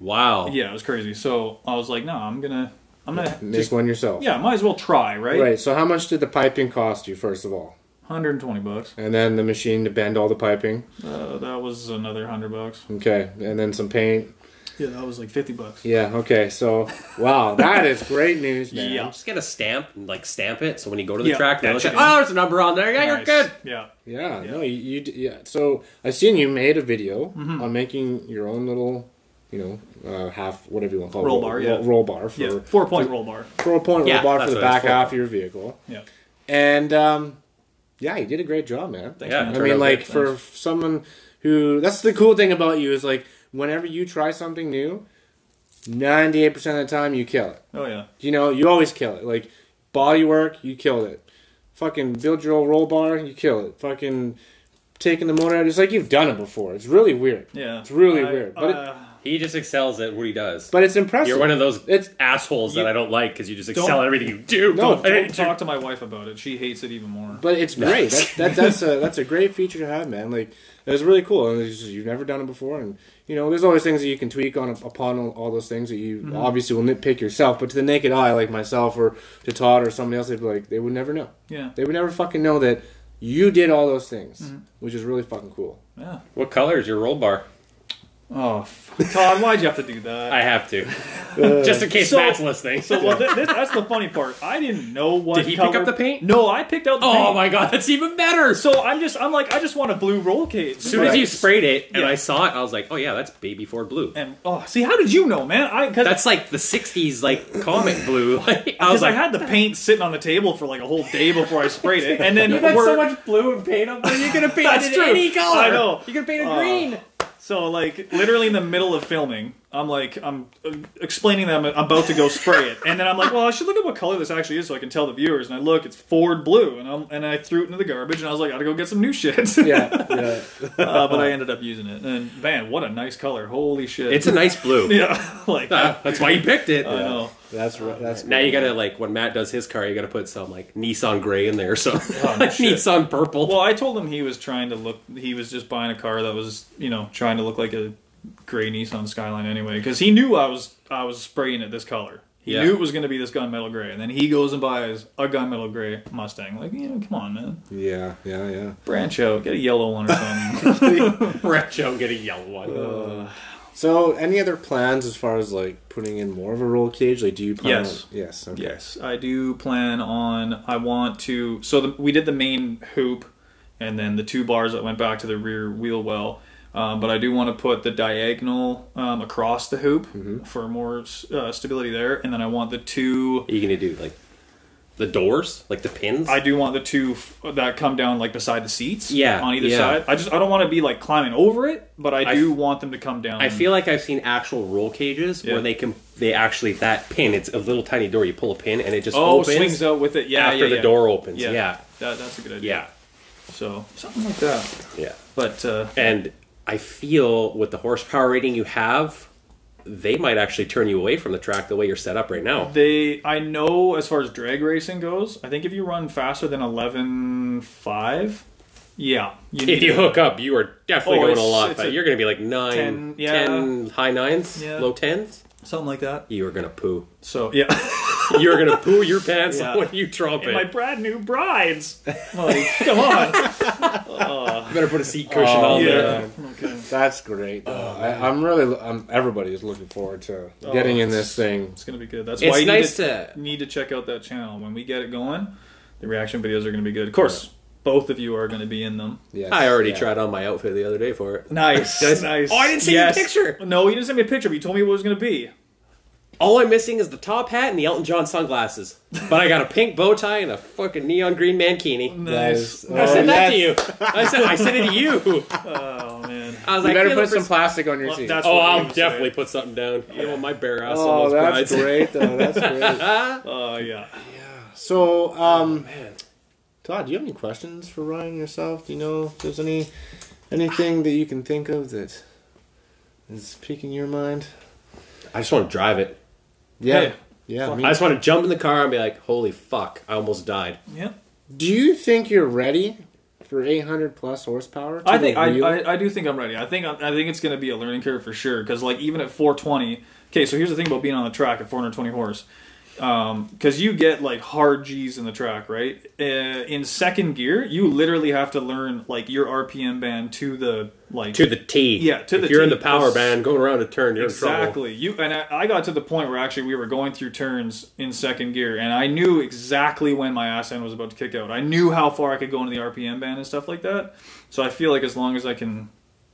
Speaker 1: Wow.
Speaker 3: Yeah, it was crazy. So I was like, no, I'm gonna I'm gonna
Speaker 2: Make
Speaker 3: just,
Speaker 2: one yourself.
Speaker 3: yeah, might as well try, right?
Speaker 2: Right. So how much did the piping cost you first of all,
Speaker 3: Hundred and twenty bucks.
Speaker 2: and then the machine to bend all the piping?
Speaker 3: Uh, that was another hundred bucks.
Speaker 2: Okay, and then some paint.
Speaker 3: Yeah, that was like fifty bucks.
Speaker 2: Yeah. Okay. So wow, that is great news, man.
Speaker 3: Yeah.
Speaker 1: Just get a stamp and like stamp it, so when you go to the
Speaker 3: Yeah,
Speaker 1: track, they
Speaker 3: that
Speaker 1: look
Speaker 3: should
Speaker 1: at,
Speaker 3: be-
Speaker 1: oh, there's a number on there. Yeah,
Speaker 3: Nice.
Speaker 1: you're good.
Speaker 3: Yeah.
Speaker 2: Yeah,
Speaker 3: Yeah. Mm-hmm.
Speaker 2: no, you, you d- yeah. So I seen you made a video on making your own little, you know, uh, half whatever you want to call
Speaker 3: Roll
Speaker 2: it,
Speaker 3: bar,
Speaker 2: roll,
Speaker 3: yeah.
Speaker 2: roll bar for
Speaker 3: Yeah, four point roll bar.
Speaker 2: four point
Speaker 1: Yeah,
Speaker 2: roll bar
Speaker 1: that's
Speaker 2: for the
Speaker 1: what it's
Speaker 2: back
Speaker 1: for.
Speaker 2: half of your vehicle,
Speaker 3: Yeah.
Speaker 2: and um, yeah, you did a great job, man.
Speaker 3: Thanks,
Speaker 1: Yeah,
Speaker 3: man.
Speaker 2: I
Speaker 1: Turned
Speaker 2: mean,
Speaker 1: out
Speaker 2: like
Speaker 1: great,
Speaker 2: for someone who that's the cool thing about you is like whenever you try something new, ninety eight percent of the time you kill it.
Speaker 3: Oh yeah.
Speaker 2: You know, you always kill it. Like body work, you killed it. Fucking build your own roll bar, you kill it. Fucking taking the motor out, it's like you've done it before. It's really weird.
Speaker 3: Yeah.
Speaker 2: It's really
Speaker 3: I-
Speaker 2: weird, but it-
Speaker 3: uh,
Speaker 1: He just excels at what he does.
Speaker 2: But it's impressive.
Speaker 1: you're one of those
Speaker 2: It's-
Speaker 1: assholes
Speaker 3: You-
Speaker 1: that I don't like because you just
Speaker 3: Don't-
Speaker 1: excel at everything you do.
Speaker 2: No,
Speaker 1: I
Speaker 3: don't
Speaker 1: hate you.
Speaker 3: talk to my wife about it. She hates it even more.
Speaker 2: but it's great. That, that, that's a that's a great feature to have, man. Like it's really cool, and it's just- you've never done it before, and you know there's always things that you can tweak on upon all, all those things that you obviously will nitpick yourself. But to the naked eye, like myself or to Todd or somebody else, they'd be like they would never know.
Speaker 3: Yeah.
Speaker 2: They would never fucking know that you did all those things, which is really fucking cool.
Speaker 3: Yeah.
Speaker 1: What color is your roll bar?
Speaker 3: Oh, fuck. Todd, why'd you have to do that?
Speaker 1: I have to, just in case
Speaker 3: Uh, So-
Speaker 1: Matt's listening.
Speaker 3: So well, th- th- that's the funny part. I didn't know what.
Speaker 1: Did he pick
Speaker 3: color-
Speaker 1: up the paint?
Speaker 3: No, I picked out the paint.
Speaker 1: oh my god, that's even better. So
Speaker 3: So I'm just, I'm like, I just want a blue roll cage.
Speaker 1: as soon as you sprayed it and
Speaker 3: Yeah.
Speaker 1: I saw it, I was like, oh yeah, that's baby Ford blue.
Speaker 3: and oh, see, how did you know, man? I because
Speaker 1: That's like the '60s like comic blue. Like, I
Speaker 3: I,
Speaker 1: was like,
Speaker 3: had the paint sitting on the table for like a whole day before I sprayed it, and then
Speaker 1: got
Speaker 3: we're-
Speaker 1: much blue and paint up there. You're gonna paint
Speaker 3: That's true. I know.
Speaker 1: You can paint it
Speaker 3: Uh, So like literally in the middle of filming, I'm like I'm uh, explaining that I'm about to go spray it, and then I'm like, well, I should look at what color this actually is so I can tell the viewers. And I look, it's Ford blue, and I'm, and I threw it into the garbage, and I was like, I gotta go get some new shit.
Speaker 2: Yeah, yeah.
Speaker 3: uh, but I ended up using it, and man, what a nice color! Holy shit!
Speaker 1: It's a nice blue.
Speaker 3: yeah, like that.
Speaker 1: That's why you picked it.
Speaker 3: I know.
Speaker 2: That's right. That's
Speaker 1: Now you gotta like when Matt does his car, you gotta put some like Nissan gray in there, so like
Speaker 3: shit.
Speaker 1: Nissan purple.
Speaker 3: Oh, Well, I told him he was trying to look. He was just buying a car that was, you know, trying to look like a gray Nissan Skyline anyway, because he knew I was I was spraying it this color. He
Speaker 1: Yeah.
Speaker 3: knew it was going to be this gunmetal gray, and then he goes and buys a gunmetal gray Mustang. Like, you know, come on, man,
Speaker 2: Yeah, yeah, yeah.
Speaker 3: branch out, get a yellow one or something.
Speaker 1: Brett Joe get a yellow one.
Speaker 2: So, any other plans as far as like putting in more of a roll cage? Like, do you plan?
Speaker 3: Yes.
Speaker 2: On... Yes. Okay.
Speaker 3: yes, I do plan on. I want to. So the, we did the main hoop, and then the two bars that went back to the rear wheel well. Um, but I do want to put the diagonal um, across the hoop
Speaker 1: Mm-hmm.
Speaker 3: for more uh, stability there, and then I want the two.
Speaker 1: Are you gonna do like the doors, like the pins?
Speaker 3: I do want the two f- that come down like beside the seats.
Speaker 1: Yeah,
Speaker 3: on either
Speaker 1: yeah.
Speaker 3: side. I just I don't want to be like climbing over it, but I
Speaker 1: I
Speaker 3: do
Speaker 1: f-
Speaker 3: want them to come down.
Speaker 1: I feel like I've seen actual roll cages
Speaker 3: Yeah.
Speaker 1: where they can they actually that pin. It's a little tiny door. You pull a pin and it just
Speaker 3: oh
Speaker 1: opens
Speaker 3: swings out with it. Yeah,
Speaker 1: after
Speaker 3: yeah,
Speaker 1: the
Speaker 3: yeah.
Speaker 1: door opens.
Speaker 3: Yeah,
Speaker 1: Yeah. yeah,
Speaker 3: That, that's a good idea. So something like that.
Speaker 1: yeah.
Speaker 3: But uh,
Speaker 1: And I feel with the horsepower rating you have, they might actually turn you away from the track the way you're set up right now.
Speaker 3: They, I know as far as drag racing goes, I think if you run faster than 11.5, yeah. You
Speaker 1: If you
Speaker 3: to-
Speaker 1: hook up, you are definitely
Speaker 3: Oh,
Speaker 1: going a
Speaker 3: it's-
Speaker 1: lot.
Speaker 3: it's
Speaker 1: fa-
Speaker 3: a
Speaker 1: you're going to be like nine,
Speaker 3: 10,
Speaker 1: ten
Speaker 3: yeah.
Speaker 1: high nines,
Speaker 3: Yeah.
Speaker 1: low tens.
Speaker 3: Something like that.
Speaker 1: You are going to poo.
Speaker 3: So, yeah.
Speaker 1: You're going to poo your pants
Speaker 3: Yeah.
Speaker 1: when you drop it.
Speaker 3: My brand new brides. Like, come on.
Speaker 1: You better put a seat cushion
Speaker 2: Oh,
Speaker 1: on
Speaker 2: yeah.
Speaker 1: there.
Speaker 3: Okay.
Speaker 2: That's great. though. I, I'm really. I'm, everybody is looking forward to getting in this thing.
Speaker 3: Oh, It's going to be good. That's why
Speaker 1: It's
Speaker 3: you
Speaker 1: nice
Speaker 3: need,
Speaker 1: to.
Speaker 3: need to check out that channel. When we get it going, the reaction videos are going to be good. Of course, both of you are going to be in them.
Speaker 2: Yes.
Speaker 1: I already
Speaker 2: yeah.
Speaker 1: tried on my outfit the other day for it.
Speaker 3: Nice,
Speaker 1: Guys-
Speaker 3: nice.
Speaker 1: Oh, I didn't see your picture.
Speaker 3: No, you didn't send me a picture, but you told me what it was going to be.
Speaker 1: All I'm missing is the top hat and the Elton John sunglasses. But I got a pink bow tie and a fucking neon green mankini.
Speaker 2: Nice.
Speaker 3: Nice.
Speaker 1: I
Speaker 2: Oh,
Speaker 1: sent that to you.
Speaker 2: yes.
Speaker 1: I said I sent it to you.
Speaker 3: Oh, man.
Speaker 1: I was
Speaker 2: You
Speaker 1: like,
Speaker 2: better
Speaker 1: "Feel
Speaker 2: put
Speaker 1: the
Speaker 2: some
Speaker 1: pres-
Speaker 2: plastic on your
Speaker 3: Well,
Speaker 2: seat.
Speaker 3: that's-
Speaker 1: Oh,
Speaker 3: what we
Speaker 1: I'll
Speaker 3: would say.
Speaker 1: definitely put something down. You know my bare ass on
Speaker 2: oh,
Speaker 1: those
Speaker 2: that's
Speaker 1: brides.
Speaker 2: great though. That's great.
Speaker 1: Ah.
Speaker 3: Oh, yeah.
Speaker 2: So,
Speaker 3: Oh,
Speaker 2: um, Todd, do you have any questions for Ryan yourself? Do you know if there's any anything that you can think of that is piquing your mind?
Speaker 1: I just want to drive it.
Speaker 2: Yeah.
Speaker 3: Hey.
Speaker 2: Yeah.
Speaker 1: I
Speaker 2: me-
Speaker 1: just want to jump in the car and be like, holy fuck, I almost died.
Speaker 3: Yeah.
Speaker 2: Do you think you're ready for 800 plus horsepower? to
Speaker 3: I
Speaker 2: the
Speaker 3: think I,
Speaker 2: wheel?
Speaker 3: I, I do think I'm ready. I think I think it's going to be a learning curve for sure. Because like even at 420, okay. So here's the thing about being on the track at 420 horse, because you get like hard G's in the track, right? Uh, in second gear, you literally have to learn like your RPM band to the like
Speaker 1: To the T.
Speaker 3: Yeah, to
Speaker 1: if
Speaker 3: the
Speaker 1: you're in
Speaker 3: T.
Speaker 1: the power band going around a turn, you're in trouble.
Speaker 3: Exactly. You and I, I got to the point where actually we were going through turns in second gear, and I knew exactly when my ass end was about to kick out. I knew how far I could go into the RPM band and stuff like that. So I feel like as long as I can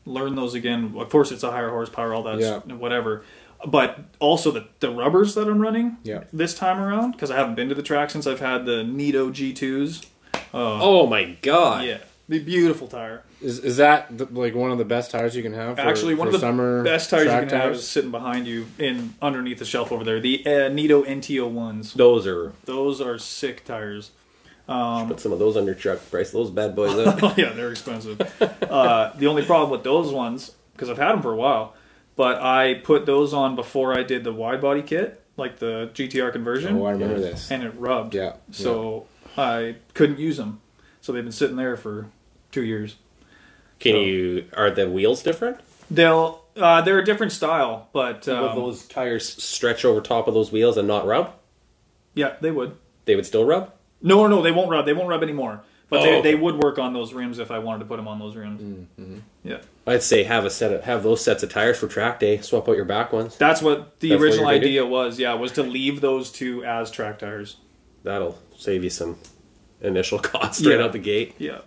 Speaker 3: learn those again, of course it's a higher horsepower, all that
Speaker 2: Yeah.
Speaker 3: whatever. But also the the rubbers that I'm running
Speaker 2: Yeah.
Speaker 3: this time around because I haven't been to the track since I've had the Nito G2s.
Speaker 1: Oh my god.
Speaker 3: Yeah, the beautiful tire.
Speaker 2: Is, is that the, like one of the best tires you can have? For,
Speaker 3: Actually, one
Speaker 2: for
Speaker 3: of the
Speaker 2: summer
Speaker 3: best tires you
Speaker 2: track
Speaker 3: can have is sitting behind you in underneath the shelf over there. The uh, Nito NTO ones.
Speaker 1: Those are.
Speaker 3: Those are sick tires. Um,
Speaker 1: Put some of those on your truck, Price. Those bad boys up.
Speaker 3: Oh yeah, they're expensive. uh, the only problem with those ones because I've had them for a while, but I put those on before I did the wide body kit, like the GTR conversion,
Speaker 2: Oh, I remember this.
Speaker 3: and it rubbed.
Speaker 2: Yeah,
Speaker 3: So I couldn't use them. So they've been sitting there for two years.
Speaker 1: Can you. Are the wheels different?
Speaker 3: They'll uh, they're a different style, but
Speaker 1: Would
Speaker 3: um,
Speaker 1: those tires stretch over top of those wheels and not rub?
Speaker 3: yeah, they would.
Speaker 1: They would still rub?
Speaker 3: No, no, they won't rub. They won't rub anymore. But
Speaker 1: Oh,
Speaker 3: they,
Speaker 1: okay. Mm-hmm.
Speaker 3: they would work on those rims if I wanted to put them on those rims. Yeah.
Speaker 1: I'd say have a set of have those sets of tires for track day. Swap out your back ones.
Speaker 3: That's what the
Speaker 1: That's what
Speaker 3: original
Speaker 1: you're thinking?
Speaker 3: idea was. Yeah, was to leave those two as track tires.
Speaker 1: That'll save you some initial cost right
Speaker 3: Yeah.
Speaker 1: out the gate.
Speaker 3: Yeah,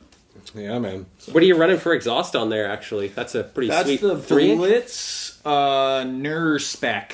Speaker 2: Yeah, man.
Speaker 1: What are you running for exhaust on there? Actually, that's a pretty
Speaker 3: that's
Speaker 1: sweet
Speaker 3: the
Speaker 1: three. inch?
Speaker 3: Blitz uh, Nurspec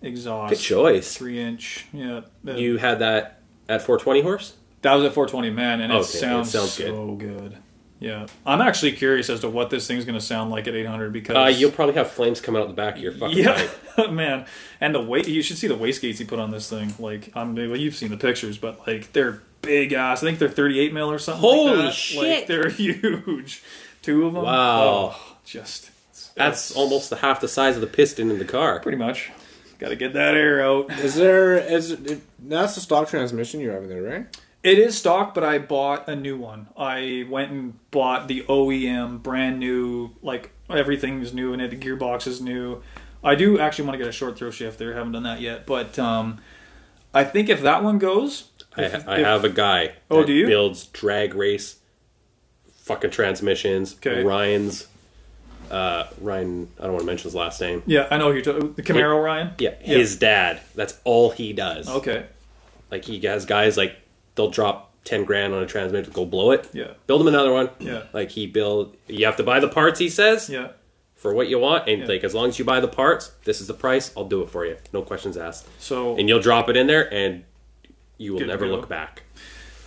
Speaker 3: exhaust.
Speaker 1: Good choice.
Speaker 3: Three inch. Yeah, Uh,
Speaker 1: You had that at 420 horse.
Speaker 3: that was at 420 man, and it
Speaker 1: Okay, it
Speaker 3: sounds,
Speaker 1: sounds
Speaker 3: so good. Yeah, I'm actually curious as to what this thing's going to sound like at 800 because
Speaker 1: Uh, you'll probably have flames coming out the back of your fucking
Speaker 3: Yeah,
Speaker 1: bike.
Speaker 3: man, and the weight you should see the wastegates he put on this thing. Like, I'm well, you've seen the pictures, but like they're big ass. I think they're 38 mil or something. like
Speaker 1: Holy
Speaker 3: that. Like,
Speaker 1: shit.
Speaker 3: they're huge. Two of them.
Speaker 1: Wow.
Speaker 3: just it's-
Speaker 1: That's
Speaker 3: it's
Speaker 1: almost the half the size of the piston in the car.
Speaker 3: pretty much. Got to get that air out.
Speaker 2: Is there is it, that's the stock transmission you have in there, right?
Speaker 3: It is stock, but I bought a new one. I went and bought the OEM, brand new. Like everything's new in it. The gearbox is new. I do actually want to get a short throw shift there. Haven't done that yet, but um, I think if that one goes,
Speaker 1: I,
Speaker 3: if-
Speaker 1: I
Speaker 3: if-
Speaker 1: have a guy
Speaker 3: Oh,
Speaker 1: that
Speaker 3: do you?
Speaker 1: builds drag race fucking transmissions.
Speaker 3: Okay.
Speaker 1: Ryan's uh, Ryan. I don't want to mention his last name.
Speaker 3: Yeah, I know who you're talking. The Camaro Ryan.
Speaker 1: Yeah, his dad. That's all he does.
Speaker 3: Okay.
Speaker 1: Like he has guys like they'll drop ten grand on a transmission, go blow it.
Speaker 3: Yeah.
Speaker 1: Build him another one.
Speaker 3: Yeah.
Speaker 1: Like he build. You have to buy the parts. He says.
Speaker 3: Yeah.
Speaker 1: For what you want, and
Speaker 3: Yeah.
Speaker 1: like as long as you buy the parts, this is the price. I'll do it for you. No questions asked.
Speaker 3: So
Speaker 1: And you'll drop it in there, and you will
Speaker 3: Good to
Speaker 1: never
Speaker 3: go.
Speaker 1: look back.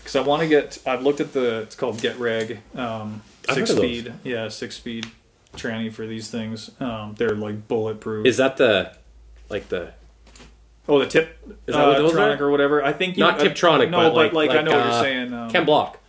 Speaker 3: because I want to get, I've looked at the. It's called Get Reg. Um,
Speaker 1: I've heard
Speaker 3: six
Speaker 1: of those.
Speaker 3: speed. Yeah, six speed tranny for these things. Um, they're like bulletproof.
Speaker 1: Is that the like the
Speaker 3: oh, the tip.
Speaker 1: Is that what those
Speaker 3: Tronic
Speaker 1: are?
Speaker 3: or whatever. I think you,
Speaker 1: not
Speaker 3: uh,
Speaker 1: Tiptronic?
Speaker 3: No,
Speaker 1: but, like,
Speaker 3: I know what
Speaker 1: uh,
Speaker 3: you're saying. Um,
Speaker 1: Ken Block.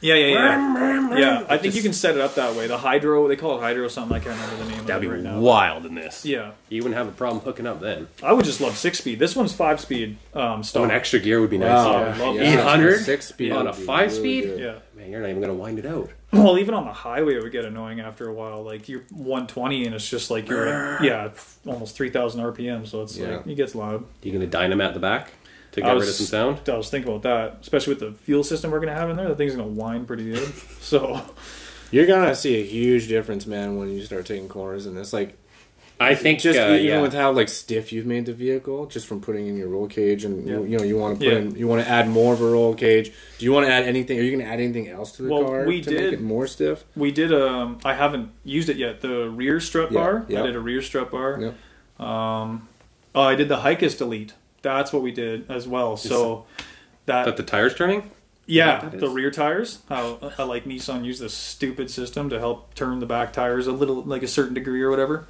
Speaker 3: yeah, yeah, yeah. yeah, I think you can set it up that way. The hydro, they call it hydro something. I can't remember the name
Speaker 1: That'd
Speaker 3: of it
Speaker 1: be
Speaker 3: right now.
Speaker 1: wild in this.
Speaker 3: Yeah,
Speaker 1: You wouldn't have a problem hooking up then.
Speaker 2: Oh.
Speaker 3: I would just love six speed. This one's five speed. Um,
Speaker 1: Oh,
Speaker 3: stock.
Speaker 1: an extra gear would be nice.
Speaker 3: yeah. love
Speaker 1: that. 800?
Speaker 2: six speed
Speaker 1: On a
Speaker 2: would be
Speaker 1: five
Speaker 2: really
Speaker 1: speed?
Speaker 2: good.
Speaker 3: yeah.
Speaker 1: Man, you're not even gonna wind it out.
Speaker 3: Well, even on the highway, it would get annoying after a while. Like you're 120, and it's just like you're at, yeah, almost 3,000 RPM. So it's like
Speaker 2: Yeah.
Speaker 3: it gets loud.
Speaker 1: You gonna dynamite the back to get
Speaker 3: I
Speaker 1: rid of some sound?
Speaker 3: I was thinking about that, especially with the fuel system we're gonna have in there. The thing's gonna whine pretty good. So
Speaker 2: You're gonna see a huge difference, man, when you start taking corners and this. Like,
Speaker 1: I think
Speaker 2: just e-,
Speaker 1: uh,
Speaker 2: even
Speaker 1: yeah.
Speaker 2: with how like stiff you've made the vehicle, just from putting in your roll cage, and you,
Speaker 3: Yeah.
Speaker 2: you know you want to put
Speaker 3: Yeah.
Speaker 2: in, you want to add more of a roll cage. Do you want to add anything? Are you gonna add anything else to the
Speaker 3: Well,
Speaker 2: car
Speaker 3: we
Speaker 2: to
Speaker 3: did.
Speaker 2: make it more stiff?
Speaker 3: we did. Um, I haven't used it yet. The rear strut
Speaker 2: Yeah,
Speaker 3: bar.
Speaker 2: yeah.
Speaker 3: I did a rear strut bar.
Speaker 2: Yeah.
Speaker 3: Um, oh, I did the Hikus delete. That's what we did as well. So that
Speaker 1: that the tires turning?
Speaker 3: Yeah,
Speaker 1: Is that what that
Speaker 3: the
Speaker 1: is?
Speaker 3: rear tires. How I like Nissan used this stupid system to help turn the back tires a little, like a certain degree or whatever.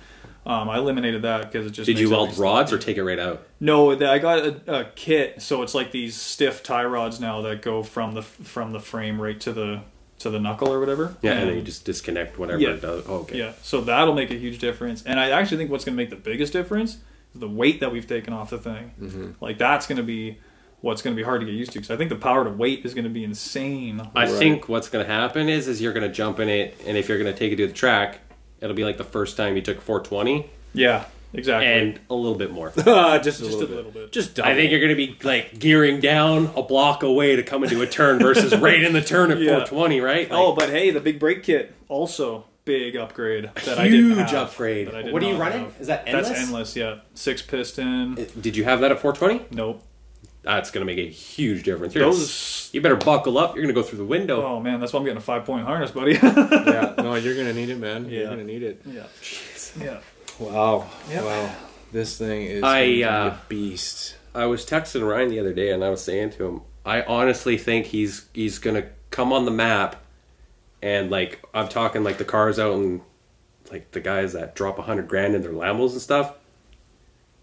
Speaker 3: Um, I eliminated that because it just.
Speaker 1: Did
Speaker 3: makes
Speaker 1: you weld
Speaker 3: everything-
Speaker 1: rods or take it right out?
Speaker 3: No, th- I got a, a kit, so it's like these stiff tie rods now that go from the from the frame right to the to the knuckle or whatever.
Speaker 1: Yeah, and then you just disconnect whatever
Speaker 3: Yeah.
Speaker 1: it does. Oh, okay.
Speaker 3: Yeah, so that'll make a huge difference. And I actually think what's going to make the biggest difference the weight that we've taken off the thing.
Speaker 2: Mm-hmm.
Speaker 3: Like that's going to be what's going to be hard to get used to because I think the power to weight is going to be insane.
Speaker 1: I think what's gonna happen is is you're gonna jump in it, and if you're gonna take it to the track, it'll be like the first time you took 420
Speaker 3: yeah, exactly. Uh,
Speaker 1: and a little bit more.
Speaker 2: just a,
Speaker 3: just
Speaker 2: little,
Speaker 3: a little
Speaker 2: bit.
Speaker 3: bit.
Speaker 2: Just double.
Speaker 1: I think you're gonna be like gearing down a block away to come into a turn versus right in the turn at
Speaker 3: Yeah.
Speaker 1: 420, right? Like,
Speaker 3: oh, but hey, the big brake kit also big upgrade that I didn't
Speaker 1: huge
Speaker 3: have,
Speaker 1: upgrade.
Speaker 3: that I did
Speaker 1: What are you
Speaker 3: not
Speaker 1: running?
Speaker 3: have.
Speaker 1: Is that
Speaker 3: That's
Speaker 1: endless?
Speaker 3: endless. Yeah, six piston.
Speaker 1: Did you have that at 420?
Speaker 3: nope.
Speaker 1: That's gonna make a huge difference. You're gonna-
Speaker 3: Those-
Speaker 1: you better buckle up. You're gonna go through the window.
Speaker 3: Oh man, that's why I'm getting a five point harness, buddy.
Speaker 2: yeah, no, you're gonna need it, man. You're
Speaker 3: Yeah.
Speaker 2: gonna need it.
Speaker 3: yeah. Yeah.
Speaker 2: Wow.
Speaker 3: Yep.
Speaker 2: Wow. This thing is
Speaker 1: I,
Speaker 2: gonna be
Speaker 1: uh,
Speaker 2: a beast.
Speaker 1: I was texting Ryan the other day, and I was saying to him, I honestly think he's he's gonna come on the map, and like I'm talking like the cars out and like the guys that drop a hundred grand in their Lambos and stuff.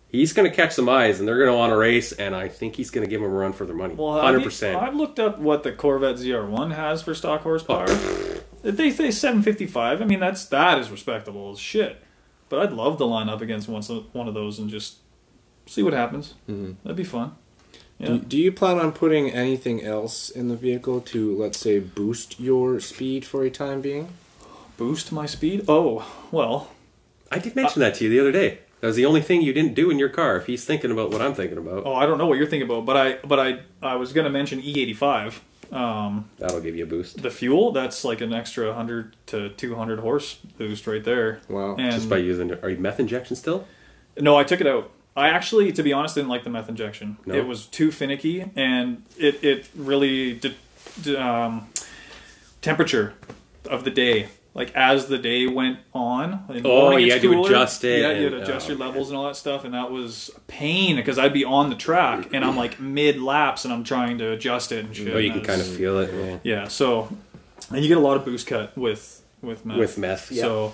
Speaker 1: He's gonna catch some eyes, and they're gonna want to race, and I think he's gonna give them a run for their money.
Speaker 3: Well,
Speaker 1: Hundred
Speaker 3: have you-
Speaker 1: percent.
Speaker 3: I've looked up what the Corvette ZR1 has for stock horsepower.
Speaker 1: Oh.
Speaker 3: they say 755. I mean, that's that is respectable as shit. But I'd love to line up against once one of those and just see what happens. Mm-hmm. That'd be fun.
Speaker 2: Do, do you plan on putting anything else in the vehicle to, let's say, boost your speed for a time being?
Speaker 3: Boost my speed? Oh, well,
Speaker 1: I did mention that to you the other day. That was the only thing you didn't do in your car. If he's thinking about what I'm thinking about,
Speaker 3: oh, I don't know what you're thinking about, but I but I I was going to mention E85. Um,
Speaker 1: that'll give you a boost
Speaker 3: the fuel, that's like an extra 100 to 200 horse boost right there.
Speaker 2: Wow.
Speaker 3: And
Speaker 1: just by using. Are you meth injection still?
Speaker 3: No, I took it out. I actually, to be honest, didn't like the meth injection.
Speaker 1: No?
Speaker 3: It was too finicky, and it it really de- de- um, temperature of the day. Like as the day went on, and the
Speaker 1: Oh,
Speaker 3: morning
Speaker 1: you
Speaker 3: gets
Speaker 1: had to adjust it
Speaker 3: Yeah, you
Speaker 1: and-
Speaker 3: had to adjust
Speaker 1: oh,
Speaker 3: your levels and all that stuff, and that was a pain because I'd be on the track and I'm like mid laps and I'm trying to adjust it and shit.
Speaker 1: Oh, you
Speaker 3: and
Speaker 1: can
Speaker 3: that
Speaker 1: kind
Speaker 3: was-
Speaker 1: of feel it yeah.
Speaker 3: yeah. So, and you get a lot of boost cut with with meth.
Speaker 1: with meth.
Speaker 3: So,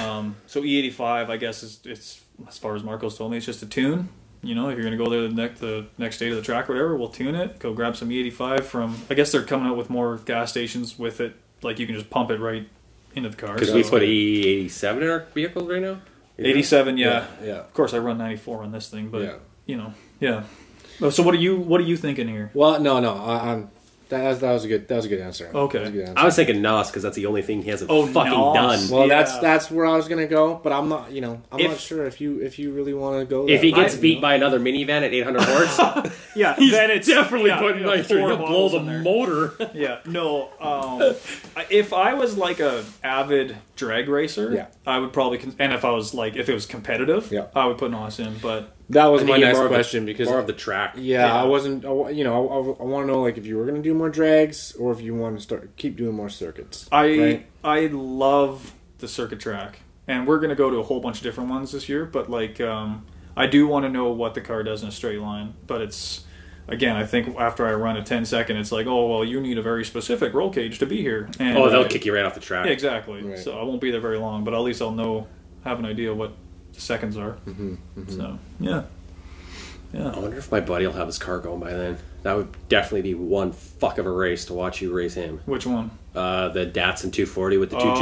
Speaker 3: um, so E85, I guess, is it's as far as Marcos told me, it's just a tune. You know, if you're gonna go there the next the next day to the track or whatever, we'll tune it. Go grab some E85 from. I guess they're coming out with more gas stations with it. Like you can just pump it right into the car.
Speaker 1: Because
Speaker 3: So-
Speaker 1: we put E E87 in our vehicles right now?
Speaker 3: 87, yeah.
Speaker 2: Yeah, yeah.
Speaker 3: Of course, I run 94 on this thing, but
Speaker 2: Yeah.
Speaker 3: you know, yeah. Oh, So what are you what are you thinking here?
Speaker 2: Well, no, no. I, I'm. That, that was a good. That was a good answer.
Speaker 3: Okay.
Speaker 2: That was a good answer.
Speaker 1: I was thinking NOS because that's the only thing he hasn't
Speaker 3: Oh,
Speaker 1: fucking
Speaker 3: NOS.
Speaker 1: done.
Speaker 2: Well, that's
Speaker 3: Yeah.
Speaker 2: that's where I was gonna go, but I'm not. You know, I'm
Speaker 1: If-
Speaker 2: not sure if you if you really want to go.
Speaker 1: If
Speaker 2: that
Speaker 1: he gets
Speaker 2: route, you
Speaker 1: beat
Speaker 2: know?
Speaker 1: by another minivan at 800 horse,
Speaker 3: Yeah, then it's
Speaker 1: definitely
Speaker 3: yeah,
Speaker 1: putting
Speaker 3: yeah,
Speaker 1: like through
Speaker 3: four
Speaker 1: to blow
Speaker 3: models
Speaker 1: the
Speaker 3: in there.
Speaker 1: motor.
Speaker 3: Yeah, no. Um, I- if I was like a avid drag racer,
Speaker 2: Yeah.
Speaker 3: I would probably. Con- and if I was like, if it was competitive,
Speaker 2: Yeah.
Speaker 3: I would put Nos in. But
Speaker 2: that was my
Speaker 1: Yeah,
Speaker 2: next
Speaker 1: more of the-
Speaker 2: question because
Speaker 1: more of the track.
Speaker 2: yeah,
Speaker 3: Yeah.
Speaker 2: I wasn't. I wa- you know, I, want to know like if you were gonna do more drags or if you want to start keep doing more circuits.
Speaker 3: I
Speaker 2: right?
Speaker 3: I love the circuit track, and we're gonna go to a whole bunch of different ones this year. But like, um, I do want to know what the car does in a straight line. But it's again, I think after I run a 10 second, it's like, oh well, you need a very specific roll cage to be here. And
Speaker 1: Oh, they'll kick you right off the track.
Speaker 3: Yeah, exactly.
Speaker 2: Right.
Speaker 3: So I won't be there very long, but at least I'll know, have an idea what the seconds are. So yeah,
Speaker 1: I wonder if my buddy will have his car going by then. That would definitely be one fuck of a race to watch you race him.
Speaker 3: which one?
Speaker 1: Uh, the Datsun 240 with the 2
Speaker 3: Oh.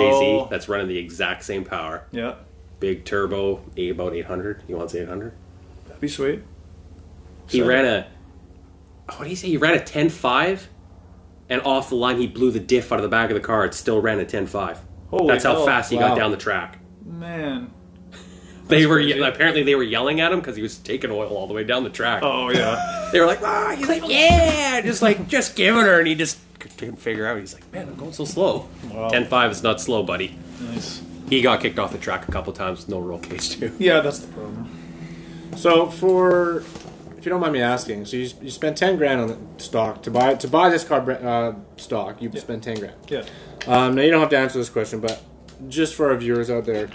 Speaker 1: JZ that's running the exact same power.
Speaker 3: Yeah,
Speaker 1: Big turbo, a- about 800. He wants 800.
Speaker 3: that'd be sweet.
Speaker 1: He
Speaker 3: Sorry.
Speaker 1: ran a oh, what do you say? He ran a 10-5, and off the line he blew the diff out of the back of the car. It still ran a 10-5.
Speaker 3: Holy
Speaker 1: That's how
Speaker 3: hell.
Speaker 1: fast he
Speaker 2: Wow.
Speaker 1: got down the track.
Speaker 3: Man.
Speaker 1: They were
Speaker 3: crazy.
Speaker 1: apparently they were yelling at him because he was taking oil all the way down the track.
Speaker 3: Oh yeah.
Speaker 1: They were like, "Ah!" He's like, "Yeah!" Just like just giving her, and he just couldn't figure out. He's like, "Man, I'm going so slow."
Speaker 3: Wow.
Speaker 1: 10-5 is not slow, buddy.
Speaker 3: nice.
Speaker 1: He got kicked off the track a couple times. No roll cage too.
Speaker 3: Yeah, that's the problem.
Speaker 2: So for, if you don't mind me asking, so you, you spent ten grand on the stock to buy to buy this car br- uh, stock. You spent ten grand.
Speaker 3: Yeah.
Speaker 2: Um, now you don't have to answer this question, but just for our viewers out there,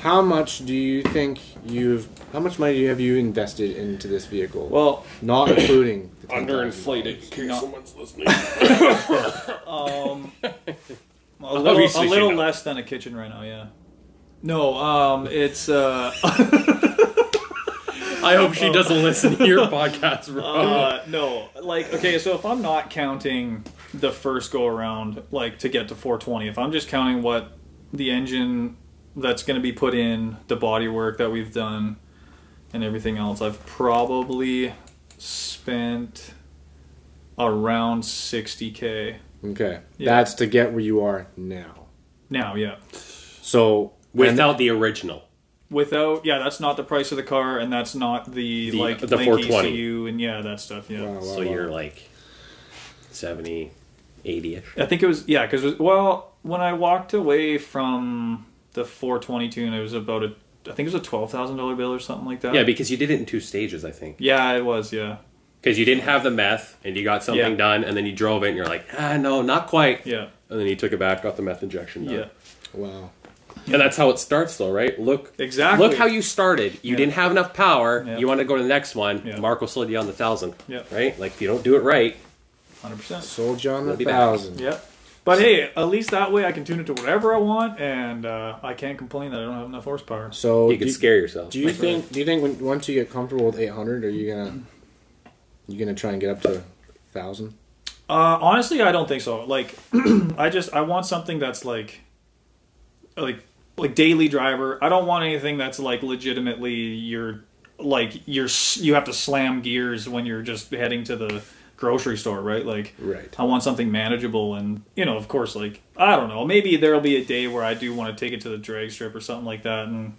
Speaker 2: how much do you think you've? How much money have you invested into this vehicle?
Speaker 3: Well,
Speaker 2: not including the
Speaker 1: case
Speaker 3: Not-
Speaker 1: someone's listening.
Speaker 3: a little, a
Speaker 1: Obviously,
Speaker 3: little
Speaker 1: no.
Speaker 3: less than a kitchen right now. Yeah. No, um, it's uh,
Speaker 1: I hope
Speaker 3: Oh.
Speaker 1: she doesn't listen to your podcast, bro.
Speaker 3: uh, no, like okay, so if I'm not counting the first go around, like to get to 420, if I'm just counting what the engine that's going to be put in, the body work that we've done, and everything else, I've probably spent around 60k
Speaker 2: Okay.
Speaker 3: Yeah.
Speaker 2: That's to get where you are now.
Speaker 3: now, yeah.
Speaker 2: So when-
Speaker 1: without the original.
Speaker 3: Without, yeah, that's not the price of the car, and that's not the,
Speaker 1: The-
Speaker 3: like
Speaker 1: the
Speaker 3: link
Speaker 1: 420.
Speaker 3: ECU and yeah, that stuff. Yeah,
Speaker 2: Wow.
Speaker 1: So you're like 70, 80 ish.
Speaker 3: I think it was yeah, because well, when I walked away from the 420 tune, it was about a, I think it was a twelve thousand dollar bill or something like that.
Speaker 1: Yeah, because you did it in two stages, I think.
Speaker 3: yeah, it was. Yeah,
Speaker 1: Because you didn't have the meth and you got something
Speaker 3: Yeah.
Speaker 1: done, and then you drove it and you're like, ah, no, not quite.
Speaker 3: yeah,
Speaker 1: And then you took it back, got the meth injection done.
Speaker 3: yeah.
Speaker 2: wow.
Speaker 1: And that's how it starts, though, right? Look,
Speaker 3: Exactly.
Speaker 1: Look how you started. You
Speaker 3: Yeah.
Speaker 1: didn't have enough power.
Speaker 3: Yeah.
Speaker 1: You want to go to the next one.
Speaker 3: Yeah.
Speaker 1: Mark will slid you on the thousand.
Speaker 3: Yeah.
Speaker 1: Right. Like if you don't do it right,
Speaker 3: Hundred percent.
Speaker 2: Sold you on
Speaker 1: We'll
Speaker 2: the
Speaker 1: be back.
Speaker 2: thousand.
Speaker 3: Yeah. But hey, at least that way I can tune it to whatever I want, and uh, I can't complain that I don't have enough horsepower.
Speaker 2: So
Speaker 1: you
Speaker 2: do,
Speaker 1: can scare yourself.
Speaker 2: do you think do you think when, once you get comfortable with eight hundred are you gonna you gonna try and get up to thousand?
Speaker 3: Uh, honestly, I don't think so. Like, I just I want something that's like, like like daily driver. I don't want anything that's like legitimately you're like you're s- you have to slam gears when you're just heading to the grocery store, right? Like,
Speaker 2: Right.
Speaker 3: I want something manageable, and you know, of course, like I don't know. Maybe there'll be a day where I do want to take it to the drag strip or something like that, and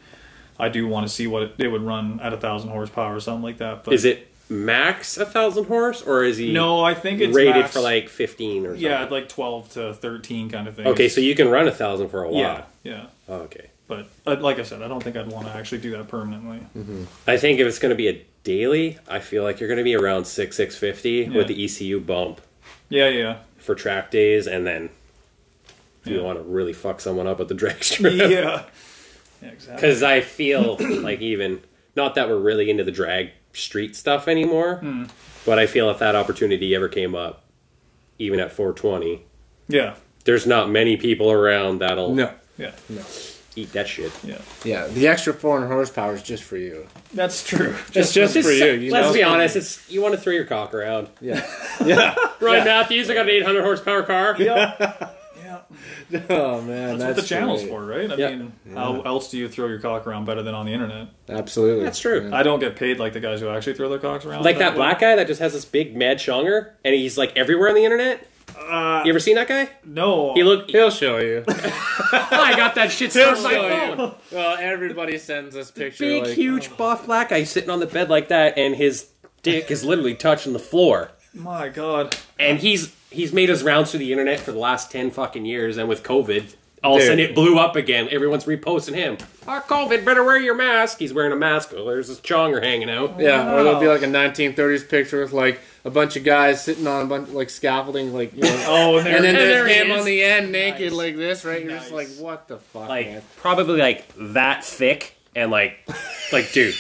Speaker 3: I do want to see what it, it would run at a thousand horsepower or something like that. But
Speaker 1: is it max a thousand horse or is he
Speaker 3: No, I think it's
Speaker 1: rated
Speaker 3: max-
Speaker 1: for like fifteen or something?
Speaker 3: Yeah, like twelve to thirteen kind of thing.
Speaker 1: Okay, so you can run a thousand for a while.
Speaker 3: yeah, yeah.
Speaker 1: Oh, okay.
Speaker 3: But uh, like I said, I don't think I'd want to actually do that permanently.
Speaker 1: Mm-hmm. I think if it's going to be a daily, I feel like you're going to be around six six fifty
Speaker 3: Yeah.
Speaker 1: with the ECU bump
Speaker 3: Yeah, yeah,
Speaker 1: for track days, and then if you
Speaker 3: Yeah.
Speaker 1: want to really fuck someone up at the drag strip.
Speaker 3: yeah. yeah exactly.
Speaker 1: because I feel like even not that we're really into the drag street stuff anymore,
Speaker 2: Hmm.
Speaker 1: but I feel if that opportunity ever came up, even at 420,
Speaker 3: Yeah,
Speaker 1: there's not many people around that'll
Speaker 2: No.
Speaker 3: yeah,
Speaker 2: No.
Speaker 1: eat that shit.
Speaker 3: yeah.
Speaker 2: Yeah. The extra four hundred horsepower is just for you.
Speaker 3: That's true.
Speaker 2: It's just for you. you
Speaker 1: let's
Speaker 2: know?
Speaker 1: be honest, it's you want to throw your cock around.
Speaker 2: Yeah.
Speaker 1: Ryan Matthews, I got an 800 horsepower car.
Speaker 3: yeah. Yeah,
Speaker 2: Oh man,
Speaker 3: that's,
Speaker 2: that's,
Speaker 3: what the channel's
Speaker 2: great.
Speaker 3: for, right? I
Speaker 1: Yeah.
Speaker 3: mean, how else do you throw your cock around better than on the internet?
Speaker 2: Absolutely.
Speaker 1: That's true.
Speaker 2: Yeah.
Speaker 3: I don't get paid like the guys who actually throw their cocks around.
Speaker 1: Like that
Speaker 3: way.
Speaker 1: black guy that just has this big mad shonger, and he's like everywhere on the internet.
Speaker 3: Uh,
Speaker 1: You ever seen that guy?
Speaker 3: no,
Speaker 1: He looked.
Speaker 2: He'll show you.
Speaker 1: Oh, I got that shit on my
Speaker 2: show you.
Speaker 1: phone.
Speaker 2: Well, everybody sends us pictures.
Speaker 1: big,
Speaker 3: oh.
Speaker 1: huge, buff black guy sitting on the bed like that, and his dick is literally touching the floor.
Speaker 3: My God,
Speaker 1: And he's he's made his rounds through the internet for the last ten fucking years, and with COVID, all of a
Speaker 2: Dude.
Speaker 1: sudden it blew up again. Everyone's reposting him. Ah, COVID, better wear your mask. He's wearing a mask. Oh, there's his chonger hanging out.
Speaker 2: Yeah, or there'll be
Speaker 3: Wow.
Speaker 2: like a 1930s picture with like a bunch of guys sitting on a bunch like scaffolding, like you know,
Speaker 3: Oh, and there
Speaker 2: and then
Speaker 1: it is. There
Speaker 2: there's
Speaker 1: it
Speaker 2: him
Speaker 1: is.
Speaker 2: on the end naked
Speaker 3: Nice.
Speaker 2: like this, right? You're just like,
Speaker 3: Nice.
Speaker 2: what the fuck, man?
Speaker 1: Like probably like that thick, and like like dude,